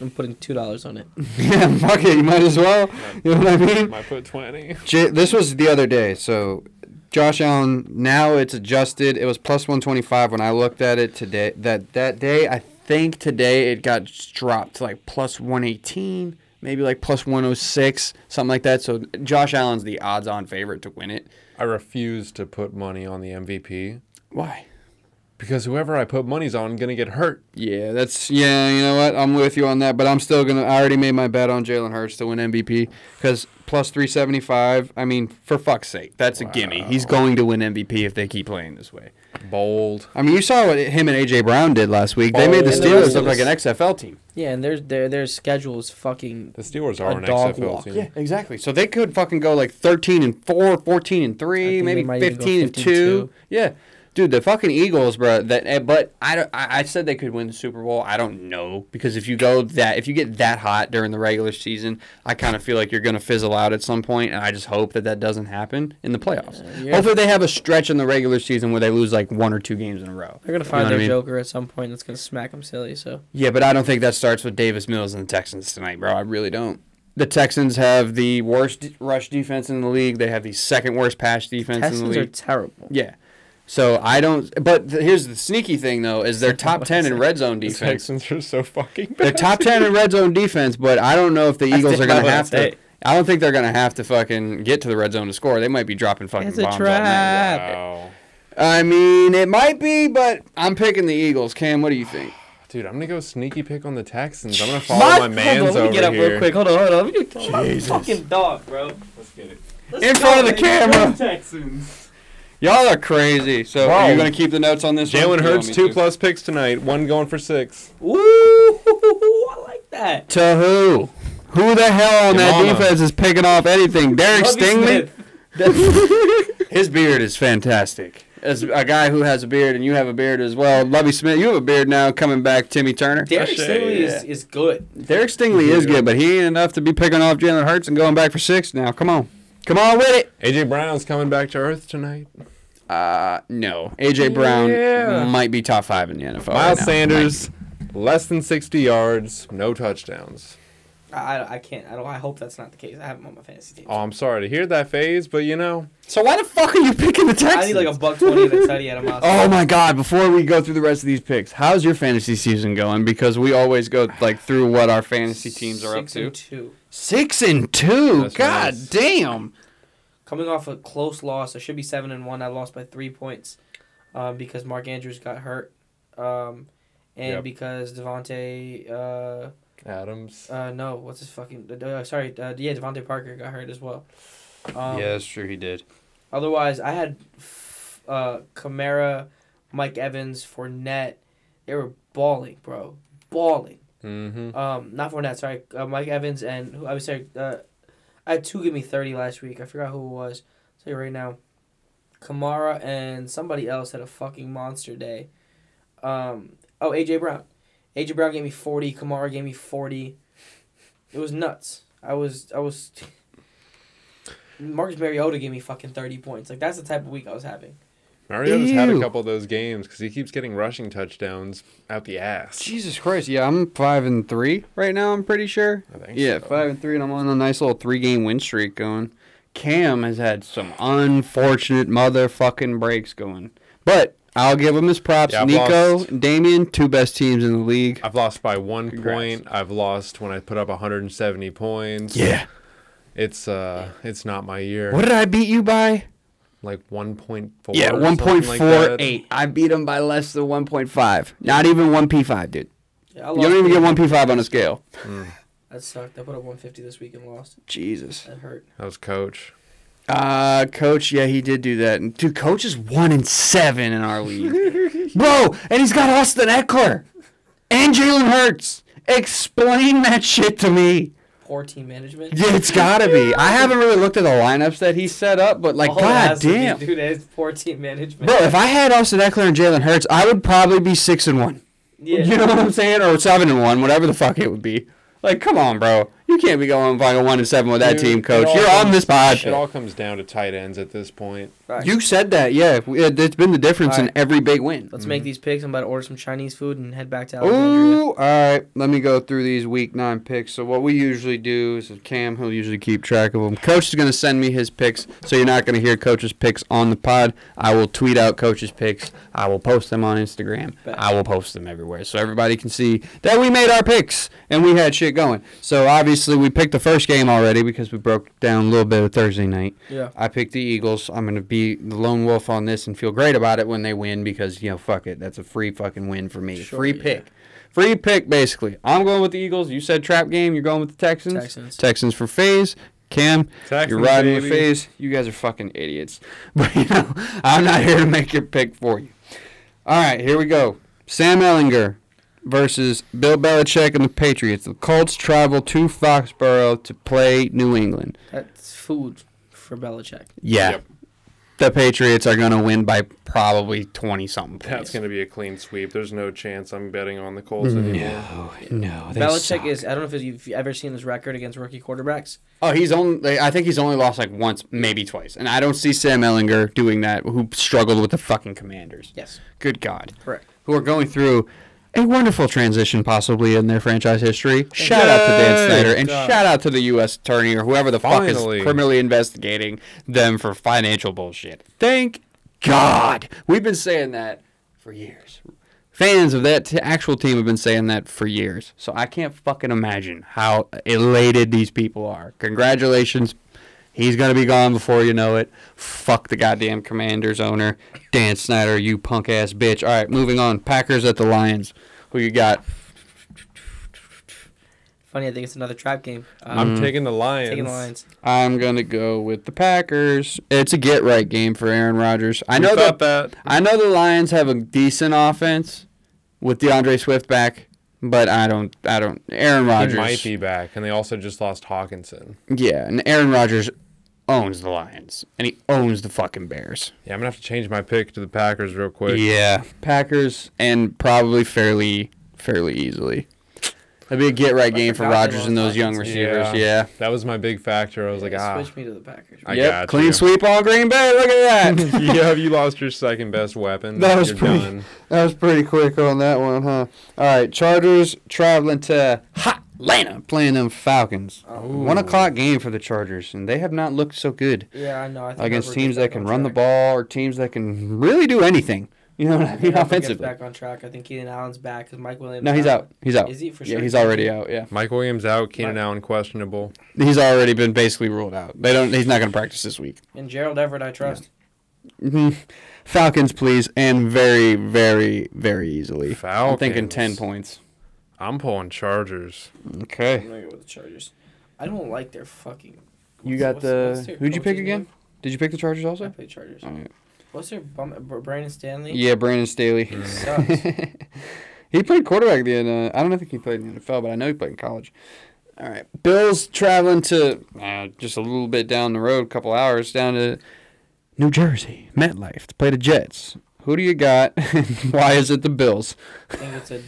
Speaker 2: I'm putting two dollars on it.
Speaker 1: yeah, fuck it. You might as well. You know what I mean?
Speaker 3: Might put twenty.
Speaker 1: J- this was the other day, so Josh Allen. Now it's adjusted. It was plus one twenty five when I looked at it today. That that day, I think today it got dropped to like plus one eighteen, maybe like plus one oh six, something like that. So Josh Allen's the odds on favorite to win it.
Speaker 3: I refuse to put money on the MVP
Speaker 1: Why?
Speaker 3: because whoever I put money's on gonna get hurt.
Speaker 1: Yeah, that's yeah. You know what? I'm with you on that, but I'm still gonna. I already made my bet on Jalen Hurts to win MVP because plus 375. I mean, for fuck's sake, that's a gimme. He's going to win MVP if they keep playing this way.
Speaker 3: Bold.
Speaker 1: I mean, you saw what him and AJ Brown did last week. Oh, They made the
Speaker 2: And the
Speaker 1: Steelers look
Speaker 2: Bengals.
Speaker 1: like an XFL team.
Speaker 2: Yeah, and their their their schedule is fucking.
Speaker 3: The Steelers are
Speaker 2: A
Speaker 3: an
Speaker 2: dog
Speaker 3: XFL
Speaker 2: walk.
Speaker 3: team.
Speaker 1: Yeah, exactly. So they could fucking go like 13 and 4, 14 and
Speaker 2: I
Speaker 1: 3,
Speaker 2: think
Speaker 1: maybe
Speaker 2: they might even
Speaker 1: 15,
Speaker 2: go
Speaker 1: and 2.
Speaker 2: 15 too.
Speaker 1: Yeah. Dude, the fucking Eagles, bro. That, eh, but I, don't- I, I said they could win the Super Bowl. I don't know because if you go that, if you get that hot during the regular season, I kind of feel like you're gonna fizzle out at some point, and I just hope that that doesn't happen in the playoffs.
Speaker 2: yeah.
Speaker 1: Hopefully, they have a stretch in the regular season where they lose like one or two games in a row.
Speaker 2: They're gonna
Speaker 1: You
Speaker 2: find
Speaker 1: know what
Speaker 2: their
Speaker 1: I mean?
Speaker 2: Joker at some point. That's gonna smack them silly. So
Speaker 1: Yeah, but I don't think that starts with Davis Mills and the Texans tonight, bro. I really don't. The Texans have the worst d- rush defense in the league. They have the second worst pass defense in
Speaker 2: Texans
Speaker 1: the
Speaker 2: are
Speaker 1: league.
Speaker 2: terrible.
Speaker 1: yeah. So I don't. But th- here's the sneaky thing, though, is they're top ten in red zone
Speaker 3: The
Speaker 1: defense.
Speaker 3: Texans are so fucking bad.
Speaker 1: They're top ten in red zone defense, but I don't know if the Eagles are
Speaker 2: think
Speaker 1: gonna
Speaker 2: about
Speaker 1: have
Speaker 2: that.
Speaker 1: to. I don't think they're gonna have to fucking get to the red zone to score. They might be dropping fucking
Speaker 2: It's a
Speaker 1: bombs all night.
Speaker 2: trap.
Speaker 3: Wow.
Speaker 1: I mean, it might be, but I'm picking the Eagles. Cam, what do you think?
Speaker 3: Dude, I'm gonna go sneaky pick on the Texans. I'm gonna follow my man's
Speaker 2: hold on, let
Speaker 3: over
Speaker 2: me get up
Speaker 3: here.
Speaker 2: real quick. Hold on, hold on. Let me get, Fucking dog, bro.
Speaker 3: Let's get it.
Speaker 2: Let's
Speaker 1: In
Speaker 2: go,
Speaker 1: front of the
Speaker 2: man.
Speaker 1: camera.
Speaker 2: Texans.
Speaker 1: Y'all are crazy. So are
Speaker 3: Wow.
Speaker 1: you gonna keep the notes on this? one?
Speaker 3: Jalen
Speaker 1: You want
Speaker 3: Hurts
Speaker 1: me
Speaker 3: two
Speaker 1: to?
Speaker 3: plus picks tonight. One going for six.
Speaker 2: Ooh, I like that.
Speaker 1: To who? Who the hell on
Speaker 3: Yamama.
Speaker 1: that defense is picking off anything? Derek
Speaker 2: Lovey
Speaker 1: Stingley.
Speaker 2: Smith.
Speaker 1: His beard is fantastic. As a guy who has a beard, and you have a beard as well. Lovey Smith, you have a beard now. Coming back, Timmy Turner.
Speaker 2: Derek
Speaker 3: Touche,
Speaker 2: Stingley is,
Speaker 1: yeah.
Speaker 2: is good.
Speaker 1: Derek Stingley is good, but he ain't enough to be picking off Jalen Hurts and going back for six. Now, come on, come on with it.
Speaker 3: AJ Brown's coming back to earth tonight.
Speaker 1: Uh, no, AJ Brown
Speaker 3: Yeah.
Speaker 1: might be top Oh, five in the NFL. right
Speaker 3: Miles
Speaker 1: now.
Speaker 3: Sanders, less than 60 yards, no touchdowns.
Speaker 2: I, I- I can't. I don't. I hope that's not the case. I have him on my fantasy team.
Speaker 3: Oh, I'm sorry to hear that, phase, but you know,
Speaker 1: So why the fuck are you picking the Texans?
Speaker 2: I need like a buck twenty of Teddy at a monster.
Speaker 1: Oh my God! Before we go through the rest of these picks, how's your fantasy season going? Because we always go like through what our fantasy teams are
Speaker 2: Six
Speaker 1: up
Speaker 2: and
Speaker 1: to.
Speaker 2: two.
Speaker 1: Six and two.
Speaker 3: That's
Speaker 1: God
Speaker 3: nice.
Speaker 1: damn.
Speaker 2: Coming off a close loss, I should be seven and one. I lost by three points, uh, because Mark Andrews got hurt, um, and
Speaker 3: Yep.
Speaker 2: because Devonte, uh,
Speaker 3: Adams.
Speaker 2: uh, no, what's his fucking? Uh, sorry, uh, yeah, Devonte Parker got hurt as well. Um,
Speaker 1: yeah, that's true. He did.
Speaker 2: Otherwise, I had f- uh Kamara, Mike Evans, Fournette. They were balling, bro, balling.
Speaker 3: Mm-hmm.
Speaker 2: Um, not Fournette, sorry, uh, Mike Evans and who I was saying. Uh, I had two give me thirty last week. I forgot who it was. I'll tell you right now, Kamara and somebody else had a fucking monster day. Um, oh AJ Brown, AJ Brown gave me forty. Kamara gave me forty. It was nuts. I was I was. Marcus Mariota gave me fucking thirty points. Like that's the type of week I was having.
Speaker 3: Mariota's had a
Speaker 1: Ew.
Speaker 3: couple of those games because he keeps getting rushing touchdowns out the ass.
Speaker 1: Jesus Christ. Yeah, I'm five and three right now. I'm pretty sure.
Speaker 3: I think
Speaker 1: Yeah,
Speaker 3: so.
Speaker 1: five and three, and I'm on a nice little three game win streak going. Cam has had some unfortunate motherfucking breaks going, but I'll give him his props.
Speaker 3: Yeah, I've
Speaker 1: Nico,
Speaker 3: lost.
Speaker 1: and Damien, two best teams in the league.
Speaker 3: I've lost by one
Speaker 1: Congrats.
Speaker 3: point. I've lost when I put up 170 points. It's uh, it's not my year.
Speaker 1: What did I beat you by?
Speaker 3: Like 1.4.
Speaker 1: Yeah,
Speaker 3: or
Speaker 1: one point
Speaker 3: something like
Speaker 1: four
Speaker 3: that.
Speaker 1: eight. I beat him by less than one point five. Not even one p five, dude.
Speaker 2: Yeah, I
Speaker 1: You don't even get one p five on a scale.
Speaker 2: That sucked. I put up one fifty this week and lost.
Speaker 1: Jesus.
Speaker 2: That hurt.
Speaker 3: That was coach.
Speaker 1: Uh, coach. Yeah, he did do that. And dude, coach is one and seven in our league, bro. And he's got Austin Eckler and Jalen Hurts. Explain that shit to me.
Speaker 2: Poor team management.
Speaker 1: Yeah, it's gotta be. I haven't really looked at the lineups that he set up, but like,
Speaker 2: Oh, it
Speaker 1: god
Speaker 2: has to be,
Speaker 1: damn,
Speaker 2: dude, is poor team management.
Speaker 1: bro. If I had Austin Eckler and Jalen Hurts, I would probably be six and one.
Speaker 2: yeah.
Speaker 1: You know what I'm saying? Or seven and one, whatever the fuck it would be. Like, come on, bro. You can't be going fucking one and seven with that
Speaker 3: Dude,
Speaker 1: team,
Speaker 3: it
Speaker 1: coach.
Speaker 3: all
Speaker 1: You're on
Speaker 3: comes-
Speaker 1: this pod.
Speaker 3: It all comes down to tight ends at this point.
Speaker 2: Facts.
Speaker 1: You said that, yeah. We- it- It's been the difference in
Speaker 2: Alright.
Speaker 1: every big win.
Speaker 2: Let's make these picks. I'm about to order some Chinese food and head back to Alexandria.
Speaker 1: Ooh, all right. Let me go through these week nine picks. So what we usually do is Cam, he'll usually keep track of them. Coach is going to send me his picks, so you're not going to hear Coach's picks on the pod. I will tweet out Coach's picks. I will post them on Instagram.
Speaker 2: Bet.
Speaker 1: I will post them everywhere, so everybody can see that we made our picks and we had shit going. So obviously we picked the first game already because we broke down a little bit of Thursday night.
Speaker 2: Yeah.
Speaker 1: I picked the Eagles. I'm going to be the lone wolf on this and feel great about it when they win because, you know, fuck it. That's a free fucking win for me.
Speaker 2: Sure,
Speaker 1: free
Speaker 2: yeah.
Speaker 1: pick. Free pick, basically. I'm going with the Eagles. You said trap game. You're going with the Texans.
Speaker 2: Texans.
Speaker 1: Texans for phase. Cam, you're
Speaker 3: Texans,
Speaker 1: riding with
Speaker 3: baby.
Speaker 1: phase. You guys are fucking idiots. But, you know, I'm not here to make your pick for you. All right, here we go. Sam Ellinger versus Bill Belichick and the Patriots. The Colts travel to Foxborough to play New England.
Speaker 2: That's food for Belichick.
Speaker 1: Yeah.
Speaker 3: Yep.
Speaker 1: The Patriots are going to win by probably 20 something
Speaker 3: That's
Speaker 1: points.
Speaker 3: going to be a clean sweep. There's no chance I'm betting on the Colts
Speaker 1: Mm-hmm.
Speaker 3: anymore.
Speaker 1: No, no. They
Speaker 2: Belichick
Speaker 1: suck.
Speaker 2: is, I don't know if you've ever seen his record against rookie quarterbacks.
Speaker 1: Oh, he's only. I think he's only lost like once, maybe twice. And I don't see Sam Ellinger doing that, who struggled with the fucking commanders.
Speaker 2: Yes.
Speaker 1: Good God.
Speaker 2: Correct.
Speaker 1: Who are going through a wonderful transition, possibly, in their franchise history. Shout out to Dan
Speaker 3: Yay!
Speaker 1: Snyder. And
Speaker 2: God.
Speaker 1: shout out to the U.S. attorney or whoever the fuck
Speaker 3: Finally.
Speaker 1: is criminally investigating them for financial bullshit. Thank God. We've been saying that for years. Fans of that t- actual team have been saying that for years. So I can't fucking imagine how elated these people are. Congratulations. He's going to be gone before you know it. Fuck the goddamn Commanders owner, Dan Snyder, you punk ass bitch. All right, moving on. Packers at the Lions. Who you got?
Speaker 2: Funny, I think it's another trap game. Um,
Speaker 1: Mm-hmm.
Speaker 3: I'm taking the Lions.
Speaker 2: taking the Lions.
Speaker 1: I'm going to go with the Packers. It's a get right game for Aaron Rodgers. I
Speaker 3: We
Speaker 1: know that
Speaker 3: thought that.
Speaker 1: I know the Lions have a decent offense with DeAndre Swift back, but I don't. I don't. Aaron
Speaker 3: He might
Speaker 1: Rodgers.
Speaker 3: be back, and they also just lost Hawkinson.
Speaker 1: Yeah, and Aaron Rodgers owns the Lions, and he owns the fucking Bears.
Speaker 3: Yeah, I'm gonna have to change my pick to the Packers real quick.
Speaker 1: Yeah, Packers, and probably fairly, fairly easily. That'd be a get right game for
Speaker 2: forgot they
Speaker 1: Rodgers and
Speaker 2: lost
Speaker 1: those young
Speaker 2: Hawkins.
Speaker 1: receivers. Yeah.
Speaker 3: That was my big factor. I was like, ah,
Speaker 2: Switch me to the Packers.
Speaker 3: I
Speaker 1: Yep.
Speaker 3: got
Speaker 1: Clean
Speaker 3: you.
Speaker 1: sweep on Green Bay. Look at that.
Speaker 3: yeah, you lost your second best weapon.
Speaker 1: That was
Speaker 3: You're
Speaker 1: pretty-
Speaker 3: done.
Speaker 1: That was pretty quick on that one, huh? All right, Chargers traveling to hot Atlanta playing them Falcons. One o'clock game for the Chargers, and they have not looked so good
Speaker 2: Yeah, I know. I think
Speaker 1: against
Speaker 2: Herbert
Speaker 1: teams
Speaker 2: gets
Speaker 1: that
Speaker 2: back
Speaker 1: can
Speaker 2: on
Speaker 1: run the
Speaker 2: track.
Speaker 1: ball or teams that can really do anything. You know what I
Speaker 2: I
Speaker 1: mean?
Speaker 2: think Herbert gets
Speaker 1: Offensively.
Speaker 2: back on track. I think Keenan Allen's back because Mike Williams.
Speaker 1: No, he's out. He's out.
Speaker 2: Is he for
Speaker 1: Yeah,
Speaker 2: sure?
Speaker 1: he's already out. Yeah,
Speaker 3: Mike Williams out. Keenan
Speaker 2: Mike-
Speaker 3: Allen questionable.
Speaker 1: he's already been basically ruled out. They don't. He's not going to practice this week.
Speaker 2: And Gerald Everett, I trust.
Speaker 1: Mhm. Falcons, please, and very, very, very easily. I'm thinking ten
Speaker 3: Falcons.
Speaker 1: points.
Speaker 3: I'm pulling Chargers.
Speaker 1: Okay.
Speaker 2: I'm gonna go with the Chargers. I don't like their fucking.
Speaker 1: You
Speaker 2: what's-
Speaker 1: got
Speaker 2: what's-
Speaker 1: the-
Speaker 2: what's their
Speaker 1: who'd you pick
Speaker 2: coach's
Speaker 1: again? Did you pick the Chargers
Speaker 2: name? I
Speaker 1: also?
Speaker 2: played Chargers.
Speaker 1: All right.
Speaker 2: What's their bum? Br- Brandon Stanley.
Speaker 1: Yeah, Brandon Staley.
Speaker 2: He sucks.
Speaker 1: he played quarterback the uh, I don't think he played in the NFL, but I know he played in college. All right, Bills traveling to uh, just a little bit down the road, a couple hours down to New Jersey, MetLife to play the Jets. Who do you got? Why is it the Bills?
Speaker 2: I think it's a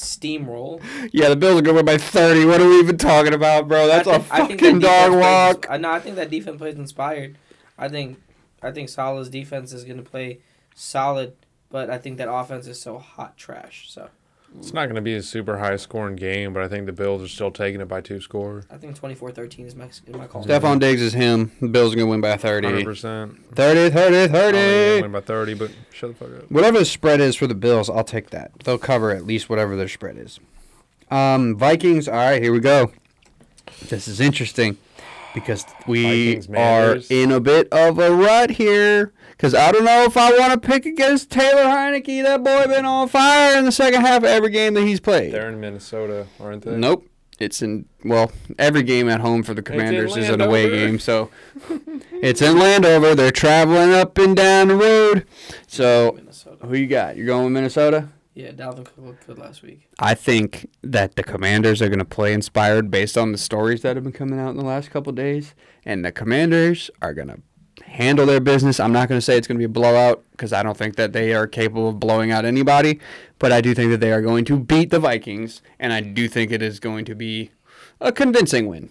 Speaker 2: steamroll.
Speaker 1: Yeah, the Bills are going to win by thirty. What are we even talking about, bro? That's
Speaker 2: I
Speaker 1: a
Speaker 2: think- I think that
Speaker 1: fucking
Speaker 2: defense
Speaker 1: dog
Speaker 2: plays
Speaker 1: walk.
Speaker 2: ins- I know. I think that defense plays inspired. I think, I think Salah's defense is going to play solid, but I think that offense is so hot trash. So
Speaker 3: It's not going to be a super high scoring game, but I think the Bills are still taking it by two score.
Speaker 2: I think 24-13 is my is my call.
Speaker 1: Stephon Diggs is him. The Bills are going to win by
Speaker 3: 100.
Speaker 1: 30.
Speaker 3: percent Oh,
Speaker 1: 30, 30, 30.
Speaker 3: Win by 30, but shut the fuck up.
Speaker 1: Whatever the spread is for the Bills, I'll take that. They'll cover at least whatever their spread is. Um, Vikings. All right, here we go. This is interesting because we
Speaker 3: Vikings,
Speaker 1: are
Speaker 3: Manders.
Speaker 1: in a bit of a rut here. Because I don't know if I want to pick against Taylor Heineke. That boy been on fire in the second half of every game that he's played.
Speaker 3: They're in Minnesota, aren't they?
Speaker 1: Nope. It's in well, every game at home for the Commanders is an away
Speaker 3: Landover.
Speaker 1: game, so it's in Landover. They're traveling up and down the road. So
Speaker 2: Minnesota.
Speaker 1: who you got? You're going with Minnesota?
Speaker 2: Yeah, Dalvin Cook looked good last week.
Speaker 1: I think that the Commanders are going to play inspired based on the stories that have been coming out in the last couple days, and the Commanders are going to handle their business. I'm not going to say it's going to be a blowout because I don't think that they are capable of blowing out anybody, but I do think that they are going to beat the Vikings, and I do think it is going to be a convincing win.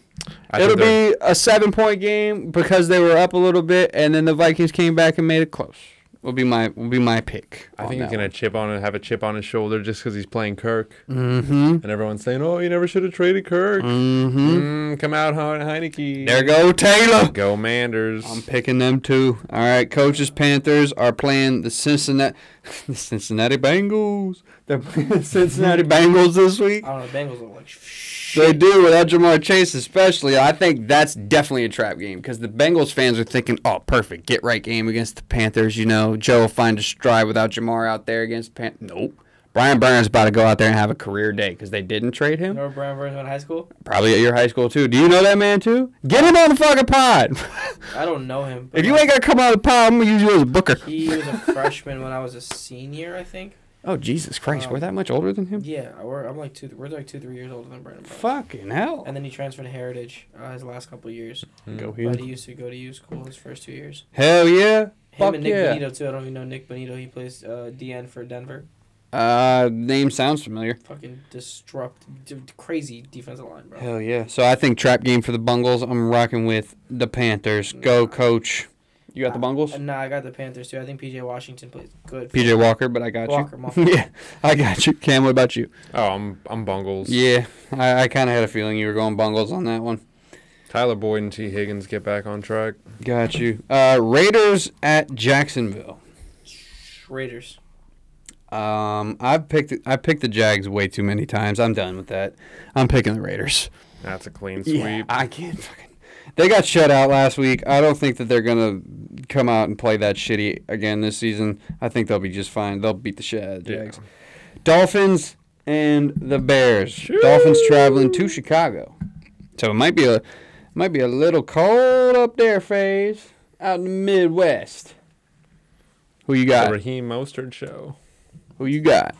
Speaker 3: I think
Speaker 1: It'll
Speaker 3: they're-
Speaker 1: be a seven-point game because they were up a little bit, and then the Vikings came back and made it close. Will be my will be my pick.
Speaker 3: I think he's gonna chip on and have a chip on his shoulder just because he's playing Kirk,
Speaker 1: Mm-hmm.
Speaker 3: and everyone's saying, "Oh, you never should have traded Kirk."
Speaker 1: Mm-hmm.
Speaker 3: Mm, come out, Hein- Heineke.
Speaker 1: There go Taylor.
Speaker 3: go Manders.
Speaker 1: I'm picking them too. All right, coaches Panthers are playing the Cincinnati the Cincinnati Bengals. They're playing the Cincinnati Bengals this week.
Speaker 2: I don't know. The Bengals look like Oh, shit.
Speaker 1: They do without Jamar Chase, especially. I think that's definitely a trap game because the Bengals fans are thinking, "Oh, perfect, get right game against the Panthers." You know, Joe will find a stride without Jamar out there against the Panthers. Nope. Brian Burns about to go out there and have a career day because they didn't trade him.
Speaker 2: Remember Brian Burns went to high school?
Speaker 1: Probably at your high school too. Do you know that man too? Get him on the fucking pod.
Speaker 2: I don't know him. but
Speaker 1: if you ain't gonna come on the pod, I'm gonna use you as a booker.
Speaker 2: He was a freshman when I was a senior, I think.
Speaker 1: Oh Jesus Christ,
Speaker 2: Um,
Speaker 1: we're that much older than him?
Speaker 2: Yeah, we're, I'm like two. We're like two, three years older than Brandon Burns.
Speaker 1: Fucking hell.
Speaker 2: And then he transferred to Heritage uh, his last couple of years.
Speaker 1: Go
Speaker 2: But
Speaker 1: here.
Speaker 2: he used to go to U school his first two years.
Speaker 1: Hmm. Hell yeah.
Speaker 2: Him
Speaker 1: Fuck
Speaker 2: and Nick
Speaker 1: yeah.
Speaker 2: Benito too. I don't even know Nick Benito. He plays uh, DN for Denver.
Speaker 1: Uh name sounds familiar.
Speaker 2: Fucking disrupt, d- crazy defensive line, bro.
Speaker 1: Hell yeah. So I think trap game for the Bungles. I'm rocking with the Panthers. Go coach. You got the Bungles?
Speaker 2: Uh, nah, I got the Panthers too. I think PJ Washington plays good. for-
Speaker 1: PJ Walker, but I got
Speaker 2: Walker,
Speaker 1: you.
Speaker 2: Walker.
Speaker 1: yeah, I got you. Cam, what about you?
Speaker 3: Oh, I'm I'm Bungles.
Speaker 1: Yeah, I, I kind of had a feeling you were going Bungles on that one.
Speaker 3: Tyler Boyd and T Higgins get back on track.
Speaker 1: Got you. Uh, Raiders at Jacksonville.
Speaker 2: Raiders.
Speaker 1: Um, I've picked I picked the Jags way too many times. I'm done with that. I'm picking the Raiders.
Speaker 3: That's a clean sweep.
Speaker 1: Yeah, I can't fucking. They got shut out last week. I don't think that they're gonna come out and play that shitty again this season. I think they'll be just fine. They'll beat the shit out of the
Speaker 3: Yeah.
Speaker 1: Jags. Dolphins and the Bears. Dolphins traveling to Chicago, so it might be a might be a little cold up there, phase out in the Midwest. Who you
Speaker 3: The
Speaker 1: got?
Speaker 3: Raheem Mostert show.
Speaker 1: Who you got?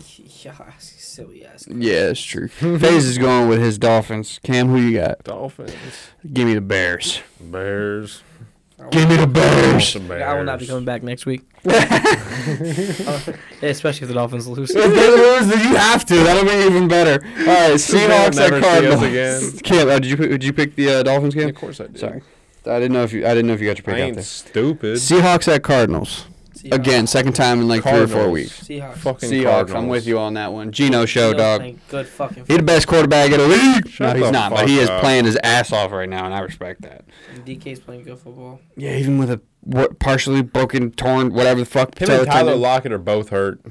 Speaker 2: Yeah, silly ass.
Speaker 1: Yeah, it's true. Faze is going with his Dolphins. Cam, who you got?
Speaker 3: Dolphins.
Speaker 1: Give me the Bears.
Speaker 3: Bears.
Speaker 1: Give me the
Speaker 3: Bears.
Speaker 1: Bears.
Speaker 2: I will not be coming back next week. especially if the Dolphins lose.
Speaker 1: If they lose, then you have to. That'll be even better. All right, Seahawks
Speaker 3: never
Speaker 1: at
Speaker 3: see us
Speaker 1: Cardinals.
Speaker 3: again.
Speaker 1: Cam, uh, did you did you pick the uh, Dolphins
Speaker 3: Yeah,
Speaker 1: game?
Speaker 3: of course I did.
Speaker 1: Sorry, I didn't know if you I didn't know if you got your
Speaker 3: I
Speaker 1: pick out
Speaker 3: ain't
Speaker 1: there.
Speaker 3: stupid.
Speaker 1: Seahawks at Cardinals. Again, second time in like three or four
Speaker 3: Cardinals.
Speaker 1: weeks.
Speaker 2: Seahawks.
Speaker 3: Fucking
Speaker 1: Seahawks, I'm
Speaker 3: Cardinals.
Speaker 1: with you on that one. Gino show,
Speaker 2: No,
Speaker 1: dog.
Speaker 2: thank Good fucking.
Speaker 1: He's the best quarterback in the league.
Speaker 3: Shut
Speaker 1: no, he's
Speaker 3: the
Speaker 1: not, but
Speaker 3: fuck
Speaker 1: he is
Speaker 3: up.
Speaker 1: playing his ass off right now, and I respect that.
Speaker 2: DK's playing good football.
Speaker 1: Yeah, even with a what, partially broken, torn, whatever the fuck.
Speaker 3: Him
Speaker 1: tear
Speaker 3: and Tyler
Speaker 1: tendon.
Speaker 3: Lockett are both hurt.